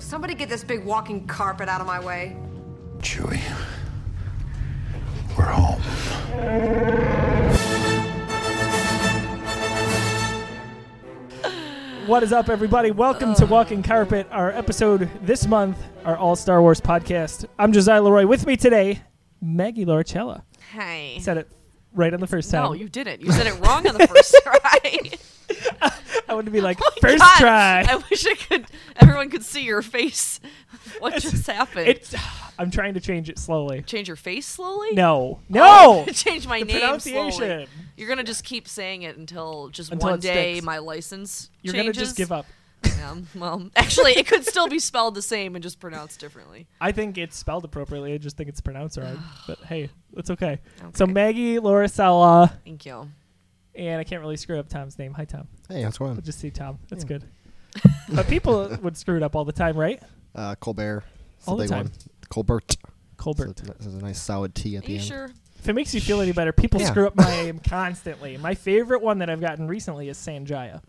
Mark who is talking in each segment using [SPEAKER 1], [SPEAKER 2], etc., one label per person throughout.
[SPEAKER 1] somebody get this big walking carpet out of my way?
[SPEAKER 2] Chewie, we're home.
[SPEAKER 3] What is up, everybody? Welcome to Walking Carpet, our episode this month, our All Star Wars podcast. I'm Josiah Leroy. With me today, Maggie Loricella.
[SPEAKER 4] Hey.
[SPEAKER 3] Said it right on the first time.
[SPEAKER 4] no, you didn't. You said it wrong on the first try.
[SPEAKER 3] I wanted to be like,
[SPEAKER 4] Oh my
[SPEAKER 3] first
[SPEAKER 4] God.
[SPEAKER 3] try.
[SPEAKER 4] I wish I could. Everyone could see your face. What just happened?
[SPEAKER 3] It's, I'm trying to change it slowly.
[SPEAKER 4] Change your face slowly. Oh,
[SPEAKER 3] No, no.
[SPEAKER 4] Change my
[SPEAKER 3] The
[SPEAKER 4] name slowly.
[SPEAKER 3] pronunciation.
[SPEAKER 4] You're gonna just keep saying it until just
[SPEAKER 3] Until
[SPEAKER 4] one
[SPEAKER 3] it
[SPEAKER 4] day
[SPEAKER 3] sticks.
[SPEAKER 4] my license
[SPEAKER 3] You're going
[SPEAKER 4] changes.
[SPEAKER 3] to just give up.
[SPEAKER 4] Yeah, well, actually, it could still be spelled the same and just pronounced differently.
[SPEAKER 3] I think it's spelled appropriately. I just think it's pronounced wrong. But hey, it's okay. So
[SPEAKER 4] Okay.
[SPEAKER 3] Maggie Loricella,
[SPEAKER 4] Thank you.
[SPEAKER 3] and I can't really screw up Tom's name. Hi, Tom.
[SPEAKER 5] Hey, how's it going?
[SPEAKER 3] We'll just say Tom. That's good. but people would screw it up all the time, right?
[SPEAKER 5] Uh, Colbert. It's
[SPEAKER 3] All the
[SPEAKER 5] big
[SPEAKER 3] time.
[SPEAKER 5] One. Colbert.
[SPEAKER 3] Colbert.
[SPEAKER 5] So There's a nice solid T at
[SPEAKER 4] Are
[SPEAKER 5] the
[SPEAKER 4] you
[SPEAKER 5] end.
[SPEAKER 4] sure?
[SPEAKER 3] If it makes you feel any better, people
[SPEAKER 5] Yeah.
[SPEAKER 3] screw up my name constantly. My favorite one that I've gotten recently is Sanjaya.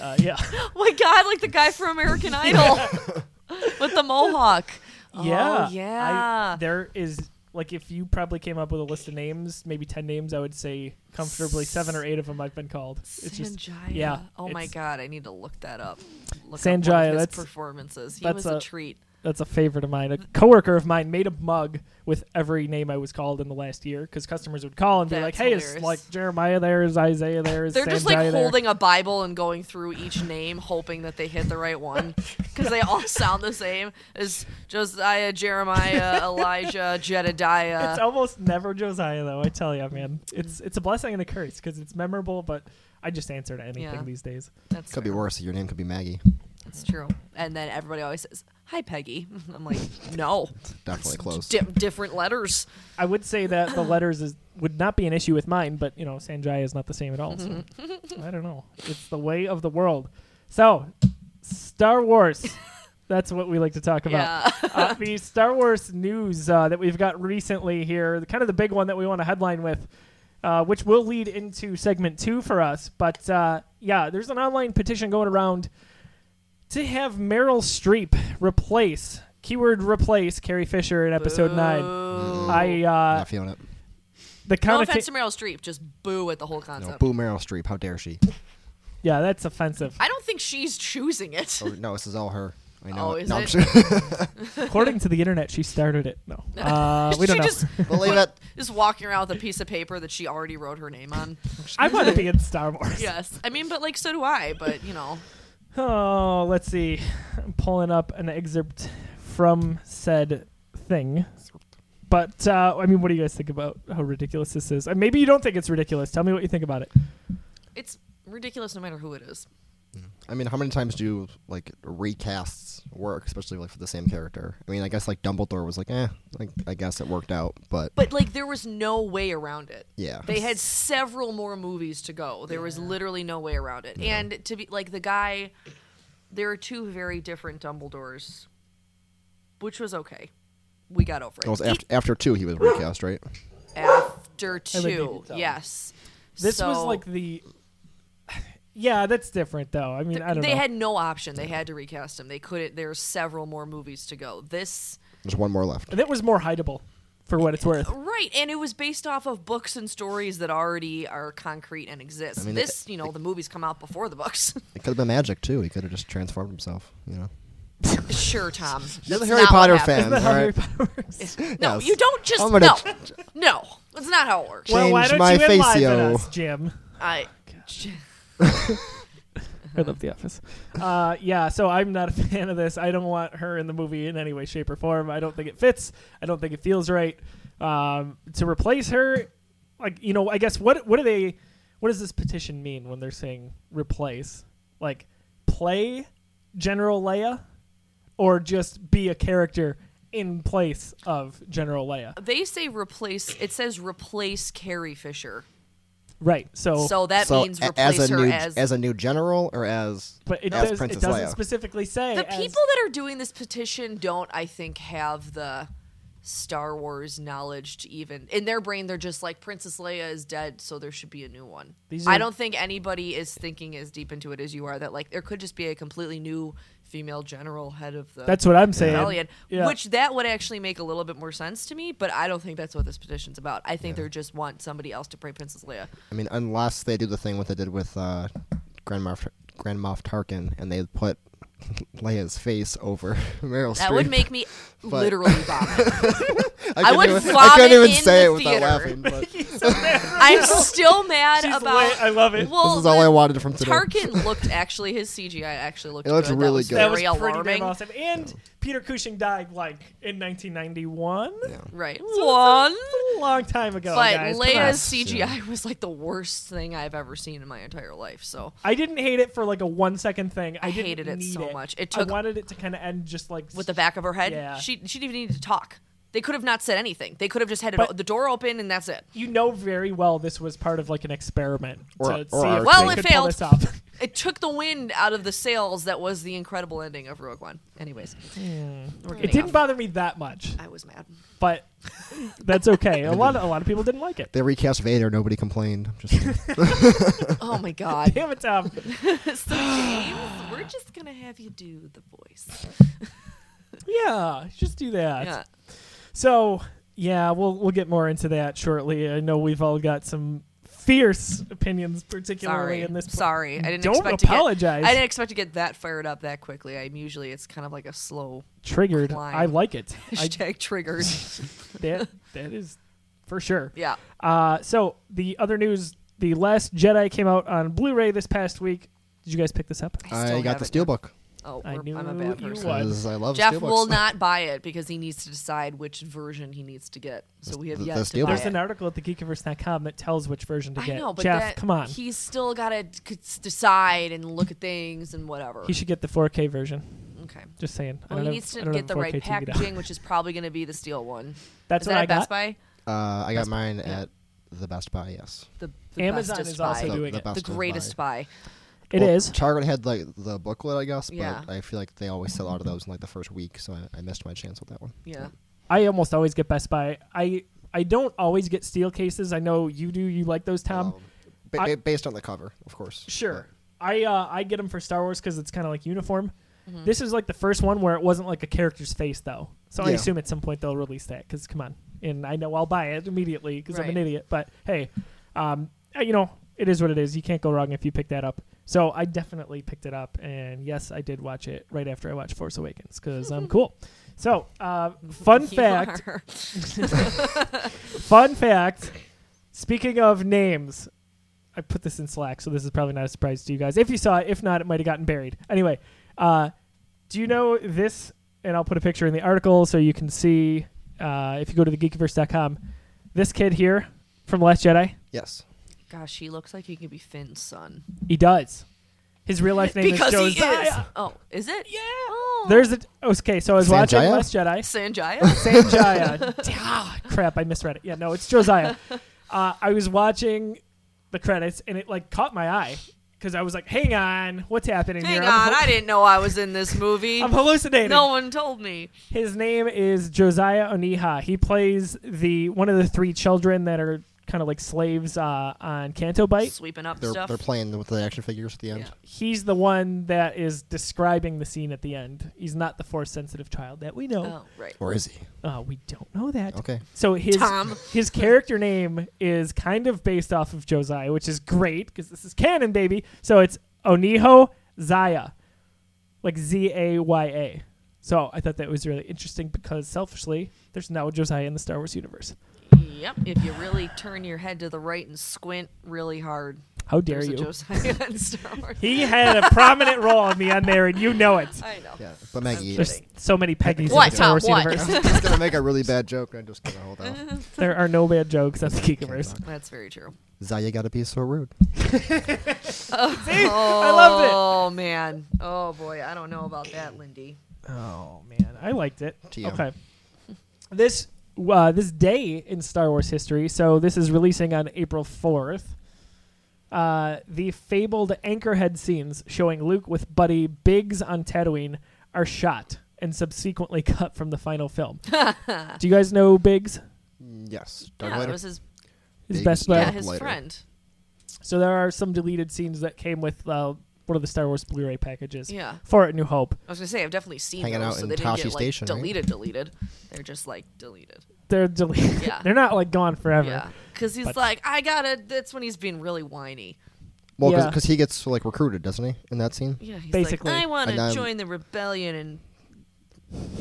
[SPEAKER 3] Uh, yeah,
[SPEAKER 4] Oh my God, like the guy from American Idol with the mohawk.
[SPEAKER 3] yeah,
[SPEAKER 4] Oh,
[SPEAKER 3] I-
[SPEAKER 4] yeah.
[SPEAKER 3] there is like if you probably came up with a list of names, maybe ten names, I would say comfortably seven or eight of them I've been called. It's just
[SPEAKER 4] Sanjaya.
[SPEAKER 3] yeah,
[SPEAKER 4] Oh my
[SPEAKER 3] it's-
[SPEAKER 4] god, I need to look that up. Look up one
[SPEAKER 3] Sanjaya,
[SPEAKER 4] of his
[SPEAKER 3] that's-
[SPEAKER 4] performances. He
[SPEAKER 3] that's
[SPEAKER 4] was a,
[SPEAKER 3] a-
[SPEAKER 4] treat.
[SPEAKER 3] that's a favorite of mine. A coworker of mine made a mug with every name I was called in the last year because customers would call and be
[SPEAKER 4] That's
[SPEAKER 3] like, "Hey, it's
[SPEAKER 4] hilarious.
[SPEAKER 3] like Jeremiah there, is Isaiah there, is
[SPEAKER 4] They're
[SPEAKER 3] Sanjaya
[SPEAKER 4] just like
[SPEAKER 3] there."
[SPEAKER 4] holding a Bible and going through each name, hoping that they hit the right one, because they all sound the same as Josiah, Jeremiah, Elijah, Jedediah.
[SPEAKER 3] It's almost never Josiah though. I tell you, man, it's it's a blessing and a curse because it's memorable, but I just answer to anything
[SPEAKER 4] Yeah.
[SPEAKER 3] these days.
[SPEAKER 4] that's
[SPEAKER 5] Could be worse. Your name could be Maggie.
[SPEAKER 4] It's true. And then everybody always says, "Hi, Peggy." I'm like, "No,
[SPEAKER 5] Definitely close.
[SPEAKER 4] Di- different letters."
[SPEAKER 3] I would say that the letters is would not be an issue with mine, but you know, Sanjay is not the same at all. So I don't know. It's the way of the world. So, Star Wars. That's what we like to talk about.
[SPEAKER 4] Yeah.
[SPEAKER 3] uh, the Star Wars news uh, that we've got recently here, the, kind of the big one that we want to headline with, uh, which will lead into segment two for us. But uh, yeah, there's an online petition going around to have Meryl Streep replace, keyword replace, Carrie Fisher in episode
[SPEAKER 4] Oh.
[SPEAKER 3] nine.
[SPEAKER 4] Boo.
[SPEAKER 3] I uh,
[SPEAKER 5] Not feeling it.
[SPEAKER 3] the
[SPEAKER 4] No
[SPEAKER 3] connota-
[SPEAKER 4] offense to Meryl Streep, just boo at the whole concept.
[SPEAKER 5] No, boo Meryl Streep. How dare she?
[SPEAKER 3] yeah, that's offensive.
[SPEAKER 4] I don't think she's choosing it.
[SPEAKER 5] Oh, no, this is all her. I know.
[SPEAKER 4] Oh,
[SPEAKER 5] it.
[SPEAKER 4] is
[SPEAKER 5] no,
[SPEAKER 4] it?
[SPEAKER 5] I'm sure.
[SPEAKER 3] According to the internet, she started it. No, uh, we don't
[SPEAKER 4] she
[SPEAKER 3] know.
[SPEAKER 4] just
[SPEAKER 5] Believe it.
[SPEAKER 4] is walking around with a piece of paper that she already wrote her name on.
[SPEAKER 3] I want to be in Star Wars.
[SPEAKER 4] yes, I mean, but like, so do I. But you know,
[SPEAKER 3] Oh, let's see. I'm pulling up an excerpt from said thing. But uh, I mean, what do you guys think about how ridiculous this is? Uh, maybe you don't think it's ridiculous. Tell me what you think about it.
[SPEAKER 4] it's ridiculous no matter who it is.
[SPEAKER 5] I mean, how many times do like recasts work, especially like for the same character? I mean, I guess like Dumbledore was like, eh, like I guess it worked out, but
[SPEAKER 4] But like, there was no way around it.
[SPEAKER 5] yeah,
[SPEAKER 4] They had several more movies to go. There was literally no way around it. And to be like the guy, there are two very different Dumbledores, which was okay. We got over it.
[SPEAKER 5] It was after, after two he was recast, right?
[SPEAKER 4] after
[SPEAKER 3] would need
[SPEAKER 4] two,
[SPEAKER 3] to tell.
[SPEAKER 4] yes.
[SPEAKER 3] This was
[SPEAKER 4] So-
[SPEAKER 3] like the. Yeah, that's different though. I mean, I don't
[SPEAKER 4] they
[SPEAKER 3] know.
[SPEAKER 4] had no option. They had to recast him. They couldn't. There's several more movies to go. This
[SPEAKER 5] There's one more left.
[SPEAKER 3] and it was more hideable, for what it's worth.
[SPEAKER 4] right, and it was based off of books and stories that already are concrete and exist.
[SPEAKER 5] mean,
[SPEAKER 4] this, you know, the movies come out before the books.
[SPEAKER 5] It could have been magic too. He could have just transformed himself. You know,
[SPEAKER 4] sure, Tom.
[SPEAKER 5] you're the
[SPEAKER 4] That's
[SPEAKER 5] Harry
[SPEAKER 4] not what
[SPEAKER 5] Potter
[SPEAKER 4] happened.
[SPEAKER 5] fan, all right?
[SPEAKER 4] No,
[SPEAKER 5] Yes.
[SPEAKER 4] you don't just
[SPEAKER 5] I'm gonna-
[SPEAKER 4] no, no. That's not how it works.
[SPEAKER 3] well, why
[SPEAKER 5] Change
[SPEAKER 3] don't
[SPEAKER 5] my
[SPEAKER 3] you enliven
[SPEAKER 5] facio.
[SPEAKER 3] us, Jim?
[SPEAKER 5] Oh,
[SPEAKER 4] I
[SPEAKER 3] I love The Office. Uh, yeah, so I'm not a fan of this. I don't want her in the movie in any way, shape, or form. I don't think it fits. I don't think it feels right. Um, to replace her, like you know, I guess what what do they? What does this petition mean when they're saying replace? Like play General Leia, or just be a character in place of General Leia?
[SPEAKER 4] they say replace. It says replace Carrie Fisher.
[SPEAKER 3] Right. So,
[SPEAKER 4] So that
[SPEAKER 5] Oh, so
[SPEAKER 4] means
[SPEAKER 5] a-
[SPEAKER 4] replace
[SPEAKER 5] as a
[SPEAKER 4] her
[SPEAKER 5] new
[SPEAKER 4] as
[SPEAKER 5] as a new general or as
[SPEAKER 3] but it,
[SPEAKER 5] as
[SPEAKER 3] does, it
[SPEAKER 5] Princess
[SPEAKER 3] doesn't
[SPEAKER 5] Leia.
[SPEAKER 3] specifically say
[SPEAKER 4] the
[SPEAKER 3] as-
[SPEAKER 4] people that are doing this petition don't i think have the star wars knowledge to even in their brain they're just like princess leia is dead so there should be a new one
[SPEAKER 3] These
[SPEAKER 4] i
[SPEAKER 3] are-
[SPEAKER 4] don't think anybody is thinking as deep into it as you are that like there could just be a completely new female general head of the
[SPEAKER 3] That's what I'm saying.
[SPEAKER 4] rebellion,
[SPEAKER 3] Yeah.
[SPEAKER 4] which that would actually make a little bit more sense to me. But I don't think that's what this petition's about. I think they just want somebody else to play Princess Leia.
[SPEAKER 5] I mean, unless they do the thing what they did with uh, Grand Moff Grand Moff Tarkin, and they put Leia's face over Meryl Streep.
[SPEAKER 4] That would make me literally vomit.
[SPEAKER 5] I,
[SPEAKER 4] would
[SPEAKER 5] couldn't even, I
[SPEAKER 4] vomit
[SPEAKER 5] couldn't even
[SPEAKER 4] in
[SPEAKER 5] say
[SPEAKER 4] the
[SPEAKER 5] it without
[SPEAKER 4] theater.
[SPEAKER 5] laughing. But this
[SPEAKER 4] I'm still mad
[SPEAKER 3] She's
[SPEAKER 4] about.
[SPEAKER 3] late. I love it.
[SPEAKER 4] Well,
[SPEAKER 5] is all
[SPEAKER 4] the
[SPEAKER 5] I wanted from today.
[SPEAKER 4] Tarkin looked actually his CGI actually looked.
[SPEAKER 5] It looked
[SPEAKER 4] good.
[SPEAKER 5] really
[SPEAKER 4] that was
[SPEAKER 5] good.
[SPEAKER 3] that was
[SPEAKER 4] Very
[SPEAKER 3] pretty damn
[SPEAKER 4] alarming.
[SPEAKER 3] awesome. And Peter Cushing died like in 1991.
[SPEAKER 5] Yeah.
[SPEAKER 4] Right.
[SPEAKER 3] So it's a-
[SPEAKER 4] One.
[SPEAKER 3] it's a long time ago.
[SPEAKER 4] But
[SPEAKER 3] guys. Come on.
[SPEAKER 5] Yes,
[SPEAKER 4] Leia's CGI
[SPEAKER 5] yeah.
[SPEAKER 4] was like the worst thing I've ever seen in my entire life. So
[SPEAKER 3] I didn't hate it for like a one second thing. I,
[SPEAKER 4] I
[SPEAKER 3] didn't
[SPEAKER 4] hated it
[SPEAKER 3] need
[SPEAKER 4] so much. It
[SPEAKER 3] I
[SPEAKER 4] took-
[SPEAKER 3] wanted it to kind of end just like
[SPEAKER 4] with the back of her head,
[SPEAKER 3] Yeah.
[SPEAKER 4] she she didn't even need to talk. They could have not said anything. They could have just had it,
[SPEAKER 3] But-
[SPEAKER 4] the door open and that's it.
[SPEAKER 3] You know very well this was part of like an experiment
[SPEAKER 5] Or-
[SPEAKER 3] to
[SPEAKER 5] or
[SPEAKER 3] see if
[SPEAKER 5] our
[SPEAKER 4] Well,
[SPEAKER 3] they
[SPEAKER 4] it
[SPEAKER 3] could pull
[SPEAKER 4] failed.
[SPEAKER 3] this off.
[SPEAKER 4] It took the wind out of the sails. That was the incredible ending of Rogue One. Anyways, we're
[SPEAKER 3] Hmm. It
[SPEAKER 4] getting
[SPEAKER 3] didn't
[SPEAKER 4] off.
[SPEAKER 3] bother me that much,
[SPEAKER 4] I was mad.
[SPEAKER 3] but that's okay. A lot of, a lot of people didn't like it.
[SPEAKER 5] They recast Vader. Nobody complained. I'm just
[SPEAKER 4] Oh my god.
[SPEAKER 3] Damn it, Tom.
[SPEAKER 4] so James, we're just gonna have you do the voice.
[SPEAKER 3] Yeah, just do that.
[SPEAKER 4] Yeah.
[SPEAKER 3] So yeah, we'll we'll get more into that shortly. I know we've all got some fierce opinions, particularly
[SPEAKER 4] Sorry.
[SPEAKER 3] in this.
[SPEAKER 4] Sorry. I didn't
[SPEAKER 3] Don't
[SPEAKER 4] expect
[SPEAKER 3] apologize.
[SPEAKER 4] to get I didn't expect to get that fired up that quickly. I'm usually it's kind of like a slow
[SPEAKER 3] triggered.
[SPEAKER 4] Climb.
[SPEAKER 3] I like it. I,
[SPEAKER 4] hashtag triggered.
[SPEAKER 3] that that is for sure.
[SPEAKER 4] Yeah.
[SPEAKER 3] Uh, so the other news: The Last Jedi came out on Blu-ray this past week. Did you guys pick this up?
[SPEAKER 4] I still
[SPEAKER 5] I got the
[SPEAKER 4] have it yet.
[SPEAKER 5] steelbook
[SPEAKER 4] Oh,
[SPEAKER 3] I
[SPEAKER 4] we're-
[SPEAKER 3] knew
[SPEAKER 4] I'm a bad
[SPEAKER 3] you
[SPEAKER 4] person.
[SPEAKER 3] would.
[SPEAKER 5] because I love
[SPEAKER 4] Jeff
[SPEAKER 5] steelbooks.
[SPEAKER 4] will not buy it because he needs to decide which version he needs to get. So we have
[SPEAKER 5] The-
[SPEAKER 4] yet
[SPEAKER 5] the
[SPEAKER 4] to buy
[SPEAKER 5] Steelbook.
[SPEAKER 3] There's
[SPEAKER 4] it.
[SPEAKER 3] an article at thegeekiverse.com that tells which version to
[SPEAKER 4] I
[SPEAKER 3] get.
[SPEAKER 4] know, but
[SPEAKER 3] Jeff,
[SPEAKER 4] that-
[SPEAKER 3] come on. He,
[SPEAKER 4] he's still got to decide and look at things and whatever.
[SPEAKER 3] should get the 4K version.
[SPEAKER 4] okay.
[SPEAKER 3] Just saying. I
[SPEAKER 4] Well,
[SPEAKER 3] don't
[SPEAKER 4] he
[SPEAKER 3] have-
[SPEAKER 4] needs
[SPEAKER 3] I
[SPEAKER 4] to
[SPEAKER 3] don't
[SPEAKER 4] get
[SPEAKER 3] have
[SPEAKER 4] the
[SPEAKER 3] 4K
[SPEAKER 4] right
[SPEAKER 3] TV now.
[SPEAKER 4] packaging, which is probably going to be the steel one.
[SPEAKER 3] That's
[SPEAKER 4] is
[SPEAKER 3] what
[SPEAKER 4] that
[SPEAKER 3] I
[SPEAKER 4] at Best
[SPEAKER 3] got.
[SPEAKER 4] Buy?
[SPEAKER 5] Uh, I got mine at the Best Buy. Yes.
[SPEAKER 4] The, the
[SPEAKER 3] Amazon
[SPEAKER 4] bestest
[SPEAKER 3] is also
[SPEAKER 4] buy.
[SPEAKER 3] doing
[SPEAKER 5] the
[SPEAKER 3] it.
[SPEAKER 5] best
[SPEAKER 4] the
[SPEAKER 5] of
[SPEAKER 4] greatest
[SPEAKER 5] Buy.
[SPEAKER 4] buy.
[SPEAKER 3] It
[SPEAKER 5] Well,
[SPEAKER 3] is.
[SPEAKER 5] Target had like the booklet, I guess, but
[SPEAKER 4] Yeah.
[SPEAKER 5] I feel like they always sell out of those in like the first week, so I, I missed my chance with that one.
[SPEAKER 4] Yeah.
[SPEAKER 3] I almost always get Best Buy. I I don't always get steel cases. I know you do. You like those, Tom.
[SPEAKER 5] Um, ba-
[SPEAKER 3] I-
[SPEAKER 5] ba- based on the cover, of course.
[SPEAKER 3] Sure. I uh, I get them for Star Wars because it's kind of like uniform.
[SPEAKER 4] Mm-hmm.
[SPEAKER 3] This is like the first one where it wasn't like a character's face though, so I
[SPEAKER 5] Yeah.
[SPEAKER 3] assume at some point they'll release that. Because come on, and I know I'll buy it immediately because I'm an
[SPEAKER 4] Right.
[SPEAKER 3] idiot. But hey, um, uh, you know it is what it is. You can't go wrong if you pick that up. So I definitely picked it up, and yes, I did watch it right after I watched Force Awakens because I'm cool. So uh, fun
[SPEAKER 4] You
[SPEAKER 3] fact,
[SPEAKER 4] are.
[SPEAKER 3] Fun fact. Speaking of names, I put this in Slack, so this is probably not a surprise to you guys. If you saw it, if not, it might have gotten buried. Anyway, uh, do you know this? And I'll put a picture in the article so you can see. Uh, if you go to thegeekiverse.com, this kid here from Last Jedi,
[SPEAKER 5] Yes.
[SPEAKER 4] Gosh, he looks like he could be Finn's son.
[SPEAKER 3] he does. His real life name
[SPEAKER 4] because
[SPEAKER 3] is
[SPEAKER 4] he
[SPEAKER 3] Joe
[SPEAKER 4] is.
[SPEAKER 3] Zaya.
[SPEAKER 4] Oh, is it? Yeah.
[SPEAKER 3] There's a okay. So I was watching
[SPEAKER 5] Sanjaya?
[SPEAKER 3] Last Jedi.
[SPEAKER 4] Sanjaya.
[SPEAKER 3] Saint Jaya. Ah, crap, I misread it. Yeah, no, it's Josiah. Uh, I was watching the credits and it like caught my eye because I was like, "Hang on, what's happening
[SPEAKER 4] Hang
[SPEAKER 3] here?"
[SPEAKER 4] on,
[SPEAKER 3] I'm, hal-
[SPEAKER 4] I didn't know I was in this movie.
[SPEAKER 3] I'm hallucinating.
[SPEAKER 4] no one told me.
[SPEAKER 3] His name is Josiah Oniha. He plays the one of the three children that are kind of like slaves uh, on Canto Bite.
[SPEAKER 4] Sweeping up
[SPEAKER 5] They're,
[SPEAKER 4] stuff.
[SPEAKER 5] they're playing with the action figures at the end.
[SPEAKER 4] Yeah.
[SPEAKER 3] He's the one that is describing the scene at the end. He's not the force sensitive child that we know.
[SPEAKER 4] oh, right.
[SPEAKER 5] Or is he?
[SPEAKER 4] Oh.
[SPEAKER 3] Uh, we don't know that.
[SPEAKER 5] Okay.
[SPEAKER 3] So his
[SPEAKER 4] Tom.
[SPEAKER 3] his character name is kind of based off of Josiah, which is great because this is canon, baby. So it's Oniho Zaya, like Z A Y A. So I thought that was really interesting because selfishly, there's now Josiah in the Star Wars universe.
[SPEAKER 4] Yep. If you really turn your head to the right and squint really hard,
[SPEAKER 3] How dare
[SPEAKER 4] there's a
[SPEAKER 3] you?
[SPEAKER 4] Josiah in Star Wars.
[SPEAKER 3] he had a prominent role in The Unmarried. You know it.
[SPEAKER 4] I know.
[SPEAKER 5] Yeah. But Maggie,
[SPEAKER 3] There's so many Peggy's
[SPEAKER 4] What,
[SPEAKER 3] in the Star
[SPEAKER 4] Tom,
[SPEAKER 3] Wars
[SPEAKER 4] what?
[SPEAKER 3] universe.
[SPEAKER 5] I'm just gonna make a really bad joke, and I'm just gonna hold out.
[SPEAKER 3] there are no bad jokes on the Geekiverse.
[SPEAKER 4] That's very true.
[SPEAKER 5] Zaya gotta be so rude.
[SPEAKER 3] See? I loved it.
[SPEAKER 4] Oh man. Oh boy. I don't know about that, Lindy.
[SPEAKER 3] Oh man, I liked it.
[SPEAKER 5] To you.
[SPEAKER 3] Okay. This uh, this day in Star Wars history. So this is releasing on April fourth. Uh, the fabled anchorhead scenes showing Luke with Buddy Biggs on Tatooine are shot and subsequently cut from the final film. Do you guys know Biggs?
[SPEAKER 5] Yes. Dark
[SPEAKER 4] Yeah,
[SPEAKER 5] Vader.
[SPEAKER 4] it was his.
[SPEAKER 3] His
[SPEAKER 5] Biggs,
[SPEAKER 3] best
[SPEAKER 5] yeah.
[SPEAKER 3] bud.
[SPEAKER 4] Yeah, his
[SPEAKER 5] later.
[SPEAKER 4] friend.
[SPEAKER 3] So there are some deleted scenes that came with uh, one of the Star Wars Blu-ray packages.
[SPEAKER 4] Yeah.
[SPEAKER 3] For A New Hope.
[SPEAKER 4] I was gonna say I've definitely seen
[SPEAKER 5] Hanging out
[SPEAKER 4] those, so
[SPEAKER 5] in
[SPEAKER 4] they didn't
[SPEAKER 5] Tashi
[SPEAKER 4] get like
[SPEAKER 5] Station, right?
[SPEAKER 4] deleted, deleted. They're just like deleted.
[SPEAKER 3] They're deleted.
[SPEAKER 4] Yeah.
[SPEAKER 3] They're not like gone forever.
[SPEAKER 4] Yeah, because he's
[SPEAKER 3] But-
[SPEAKER 4] like, I gotta. That's when he's being really whiny.
[SPEAKER 5] Well,
[SPEAKER 3] Yeah.
[SPEAKER 5] because he gets like recruited, doesn't he? In that scene,
[SPEAKER 4] Yeah, he's
[SPEAKER 3] Basically.
[SPEAKER 4] like, I want
[SPEAKER 5] And
[SPEAKER 4] to
[SPEAKER 5] I'm-
[SPEAKER 4] join the rebellion, and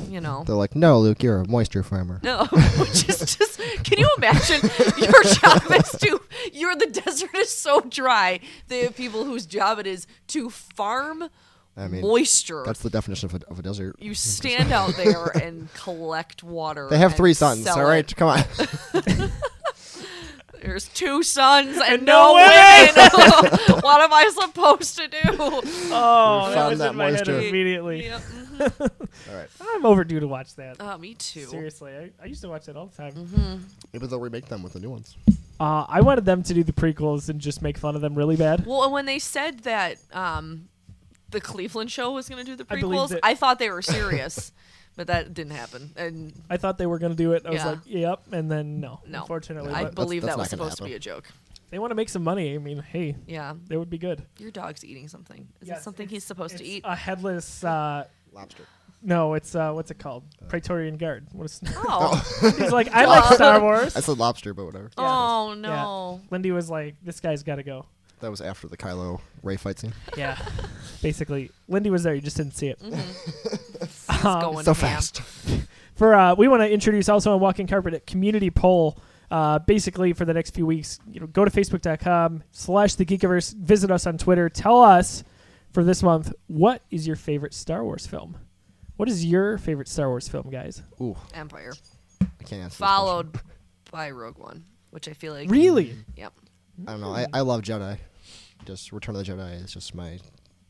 [SPEAKER 4] you know.
[SPEAKER 5] they're like, "No, Luke, you're a moisture farmer."
[SPEAKER 4] No, which is just. Can you imagine your job is to? You're the desert is so dry. They have people whose job it is to farm
[SPEAKER 5] I mean,
[SPEAKER 4] moisture.
[SPEAKER 5] That's the definition of a, of a desert.
[SPEAKER 4] you stand out there and collect water.
[SPEAKER 5] They have
[SPEAKER 4] and
[SPEAKER 5] three sons.
[SPEAKER 4] sell
[SPEAKER 5] All right,
[SPEAKER 4] it.
[SPEAKER 5] come on.
[SPEAKER 4] There's two sons and,
[SPEAKER 3] no
[SPEAKER 4] no women. what am I supposed to do?
[SPEAKER 3] Oh, that
[SPEAKER 5] Found
[SPEAKER 3] was
[SPEAKER 5] that
[SPEAKER 3] in my head
[SPEAKER 5] moisture.
[SPEAKER 3] immediately.
[SPEAKER 4] Yep.
[SPEAKER 5] all right.
[SPEAKER 3] I'm overdue to watch that.
[SPEAKER 4] Uh, me too.
[SPEAKER 3] Seriously, I, I used to watch that all the time.
[SPEAKER 4] Mm-hmm.
[SPEAKER 5] Maybe they'll remake them with the new ones.
[SPEAKER 3] Uh, I wanted them to do the prequels and just make fun of them really bad.
[SPEAKER 4] Well, and when they said that um, the Cleveland show was going to do the
[SPEAKER 3] I believed
[SPEAKER 4] prequels,
[SPEAKER 3] it.
[SPEAKER 4] I, thought they were serious, but that didn't happen. And
[SPEAKER 3] I thought they were going to do it. I was
[SPEAKER 4] Yeah.
[SPEAKER 3] like, yep, and then no.
[SPEAKER 4] No.
[SPEAKER 3] Unfortunately,
[SPEAKER 4] I
[SPEAKER 3] but
[SPEAKER 4] believe
[SPEAKER 5] that's
[SPEAKER 4] that was
[SPEAKER 5] not gonna
[SPEAKER 4] supposed to be
[SPEAKER 5] happen.
[SPEAKER 4] a joke.
[SPEAKER 3] they want to make some money. I mean, hey,
[SPEAKER 4] Yeah,
[SPEAKER 3] that would be good.
[SPEAKER 4] your dog's eating something. Is
[SPEAKER 3] Yes,
[SPEAKER 4] it something he's supposed to
[SPEAKER 3] It's
[SPEAKER 4] eat?
[SPEAKER 3] A headless. Uh,
[SPEAKER 5] Lobster.
[SPEAKER 3] no, it's uh, what's it called? Praetorian Guard. What is
[SPEAKER 4] oh,
[SPEAKER 3] He's like, I like Star Wars.
[SPEAKER 5] I said lobster, but whatever.
[SPEAKER 4] oh
[SPEAKER 3] Yeah.
[SPEAKER 4] no.
[SPEAKER 3] Lindy was like, this guy's got to go.
[SPEAKER 5] That was after the Kylo Ray fight scene.
[SPEAKER 3] Yeah. Basically, Lindy was there. You just didn't see it.
[SPEAKER 4] He's Mm-hmm. going
[SPEAKER 5] so
[SPEAKER 4] ham.
[SPEAKER 5] fast.
[SPEAKER 3] for uh, we want to introduce also on walking carpet a community poll uh, basically for the next few weeks you know go to facebook.com slash the geekiverse visit us on twitter tell us for this month what is your favorite star wars film what is your favorite star wars film guys
[SPEAKER 5] Ooh,
[SPEAKER 4] Empire
[SPEAKER 5] I can't answer. this
[SPEAKER 4] followed by Rogue One, which I feel like mm.
[SPEAKER 3] really
[SPEAKER 4] Yep.
[SPEAKER 5] question. I don't know. I, I love Jedi. Just Return of the Jedi is just my.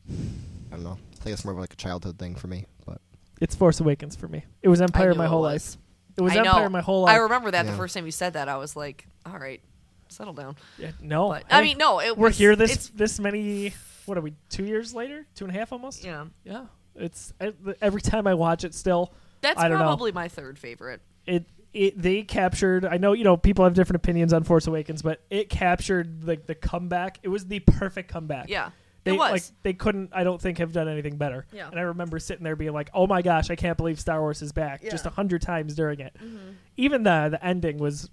[SPEAKER 5] I don't know. I think it's more of like a childhood thing for me, but
[SPEAKER 3] it's force awakens for me it was
[SPEAKER 4] I
[SPEAKER 3] empire
[SPEAKER 4] knew
[SPEAKER 3] my
[SPEAKER 4] it
[SPEAKER 3] whole
[SPEAKER 4] was.
[SPEAKER 3] life it was
[SPEAKER 4] I know.
[SPEAKER 3] empire my whole
[SPEAKER 4] I
[SPEAKER 3] life
[SPEAKER 4] remember that the
[SPEAKER 5] Yeah.
[SPEAKER 4] first time you said that. I was like, all right, settle down.
[SPEAKER 3] Yeah, no
[SPEAKER 4] But I
[SPEAKER 3] hey,
[SPEAKER 4] mean, no, it
[SPEAKER 3] Oh, we're
[SPEAKER 4] was-
[SPEAKER 3] here this
[SPEAKER 4] it's-
[SPEAKER 3] this many what are we two years later two and a half almost
[SPEAKER 4] Yeah,
[SPEAKER 3] yeah it's every time i watch it still
[SPEAKER 4] that's
[SPEAKER 3] I don't know.
[SPEAKER 4] probably my third favorite.
[SPEAKER 3] it it they captured i know you know people have different opinions on force awakens but it captured like the comeback it was the perfect comeback
[SPEAKER 4] Yeah,
[SPEAKER 3] they
[SPEAKER 4] it was.
[SPEAKER 3] like they couldn't i don't think have done anything better
[SPEAKER 4] Yeah.
[SPEAKER 3] and i remember sitting there being like oh my gosh i can't believe star wars is back just a
[SPEAKER 4] Yeah. Mm-hmm.
[SPEAKER 3] hundred times during it even the the ending was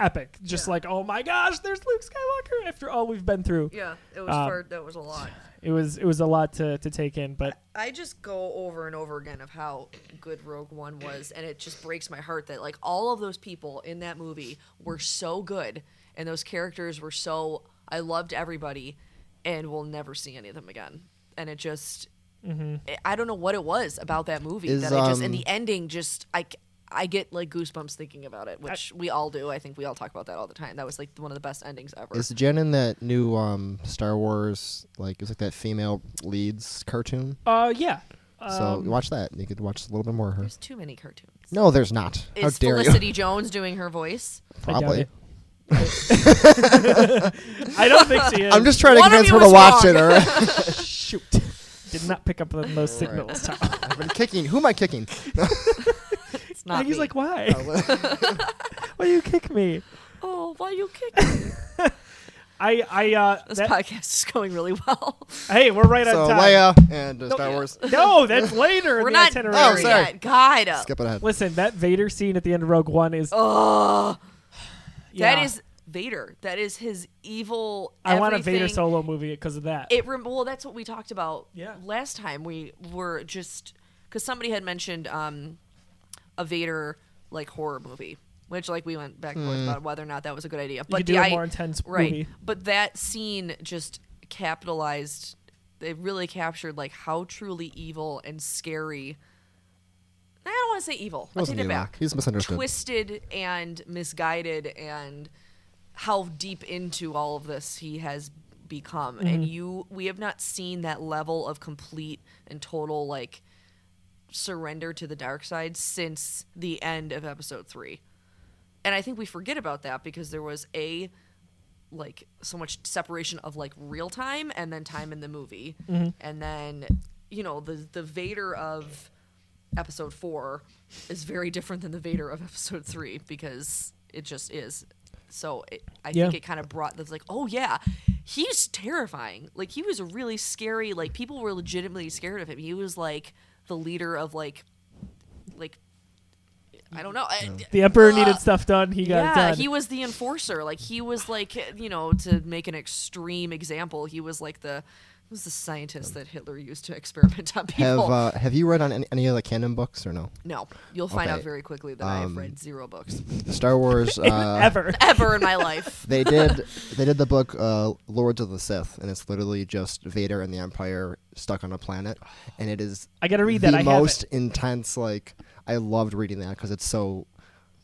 [SPEAKER 3] epic just like oh my gosh there's luke skywalker after all we've been through
[SPEAKER 4] Yeah, it was
[SPEAKER 3] Um,
[SPEAKER 4] hard. That was a lot.
[SPEAKER 3] it was it was a lot to to take in but
[SPEAKER 4] I just go over and over again of how good Rogue One was, and it just breaks my heart that like all of those people in that movie were so good, and those characters were so I loved everybody, and we'll never see any of them again. And it just,
[SPEAKER 3] Mm-hmm.
[SPEAKER 4] I- I don't know what it was about that movie
[SPEAKER 5] Is,
[SPEAKER 4] that I just in
[SPEAKER 5] um,
[SPEAKER 4] the ending just I. c- I get like goosebumps thinking about it, which we all do. I think we all talk about that all the time. That was like one of the best endings ever.
[SPEAKER 5] is Jen in that new um, Star Wars like it's like that female leads cartoon?
[SPEAKER 3] uh yeah
[SPEAKER 5] so watch that. You could watch a little bit more of her.
[SPEAKER 4] Um, There's too many cartoons.
[SPEAKER 5] No, there's not. How
[SPEAKER 4] Is
[SPEAKER 5] dare
[SPEAKER 4] Felicity Jones doing her voice?
[SPEAKER 5] you?
[SPEAKER 3] Um, I doubt
[SPEAKER 5] Probably.
[SPEAKER 3] it. i don't think she is
[SPEAKER 5] I'm just trying to
[SPEAKER 4] One of
[SPEAKER 5] convince
[SPEAKER 4] you
[SPEAKER 5] her to
[SPEAKER 4] is
[SPEAKER 5] watch it.
[SPEAKER 4] wrong.
[SPEAKER 5] Or
[SPEAKER 3] Shoot. Did not pick up on those signals. Tom.
[SPEAKER 5] I've been kicking. Who am I kicking?
[SPEAKER 4] It's not.
[SPEAKER 3] he's
[SPEAKER 4] me.
[SPEAKER 3] like, why? why you kick me?
[SPEAKER 4] Oh, why you kicking?
[SPEAKER 3] I, I, uh,
[SPEAKER 4] This
[SPEAKER 3] that-
[SPEAKER 4] podcast is going really well.
[SPEAKER 3] hey, we're right
[SPEAKER 5] so
[SPEAKER 3] on time.
[SPEAKER 5] Leia and uh, Star Wars.
[SPEAKER 3] No, that's later
[SPEAKER 4] We're
[SPEAKER 3] in the
[SPEAKER 4] not
[SPEAKER 3] itinerary.
[SPEAKER 5] Oh,
[SPEAKER 4] there
[SPEAKER 5] sorry.
[SPEAKER 4] yet. God, uh,
[SPEAKER 5] Skip it ahead.
[SPEAKER 3] Listen, that Vader scene at the end of Rogue One is.
[SPEAKER 4] oh,
[SPEAKER 3] yeah.
[SPEAKER 4] that is Vader. That is his evil.
[SPEAKER 3] I want a Vader
[SPEAKER 4] everything.
[SPEAKER 3] solo movie because of that.
[SPEAKER 4] It rem- well, that's what we talked about
[SPEAKER 3] Yeah.
[SPEAKER 4] last time. We were just because somebody had mentioned um, a Vader like horror movie, which like we went back and
[SPEAKER 5] Hmm.
[SPEAKER 4] forth about whether or not that was a good idea. But
[SPEAKER 3] could do
[SPEAKER 4] the
[SPEAKER 3] a
[SPEAKER 4] i-
[SPEAKER 3] more intense
[SPEAKER 4] right?
[SPEAKER 3] movie.
[SPEAKER 4] But that scene just capitalized. It really captured like how truly evil and scary. I don't want to say evil. I'll
[SPEAKER 5] wasn't
[SPEAKER 4] take it
[SPEAKER 5] evil.
[SPEAKER 4] back.
[SPEAKER 5] He was misunderstood.
[SPEAKER 4] Twisted and misguided and how deep into all of this he has become and you we have not seen that level of complete and total like surrender to the dark side since the end of episode 3 and i think we forget about that because there was a like so much separation of like real time and then time in the movie and then you know the the vader of episode 4 is very different than the vader of episode 3 because it just is so it, i
[SPEAKER 3] Yeah.
[SPEAKER 4] think it kind of brought this like oh yeah he's terrifying. Like he was really scary. Like people were legitimately scared of him. He was like the leader of like, like, I don't know. I-
[SPEAKER 3] The emperor
[SPEAKER 4] Ugh.
[SPEAKER 3] needed stuff done. He got
[SPEAKER 4] yeah,
[SPEAKER 3] it done.
[SPEAKER 4] he was the enforcer. Like he was like you know to make an extreme example, he was like the he was the scientist that Hitler used to experiment on people.
[SPEAKER 5] Have uh, Have you read on any, any of the canon books or no?
[SPEAKER 4] no, you'll find out
[SPEAKER 5] okay, um,
[SPEAKER 4] very quickly that I have read zero books
[SPEAKER 5] Star Wars. Uh,
[SPEAKER 3] Ever.
[SPEAKER 4] ever in my life.
[SPEAKER 5] They did. They did the book uh, Lords of the Sith, and it's literally just Vader and the Empire stuck on a planet, and it is.
[SPEAKER 3] I gotta read
[SPEAKER 5] the
[SPEAKER 3] that, I have
[SPEAKER 5] most intense. Like I loved reading that because it's so.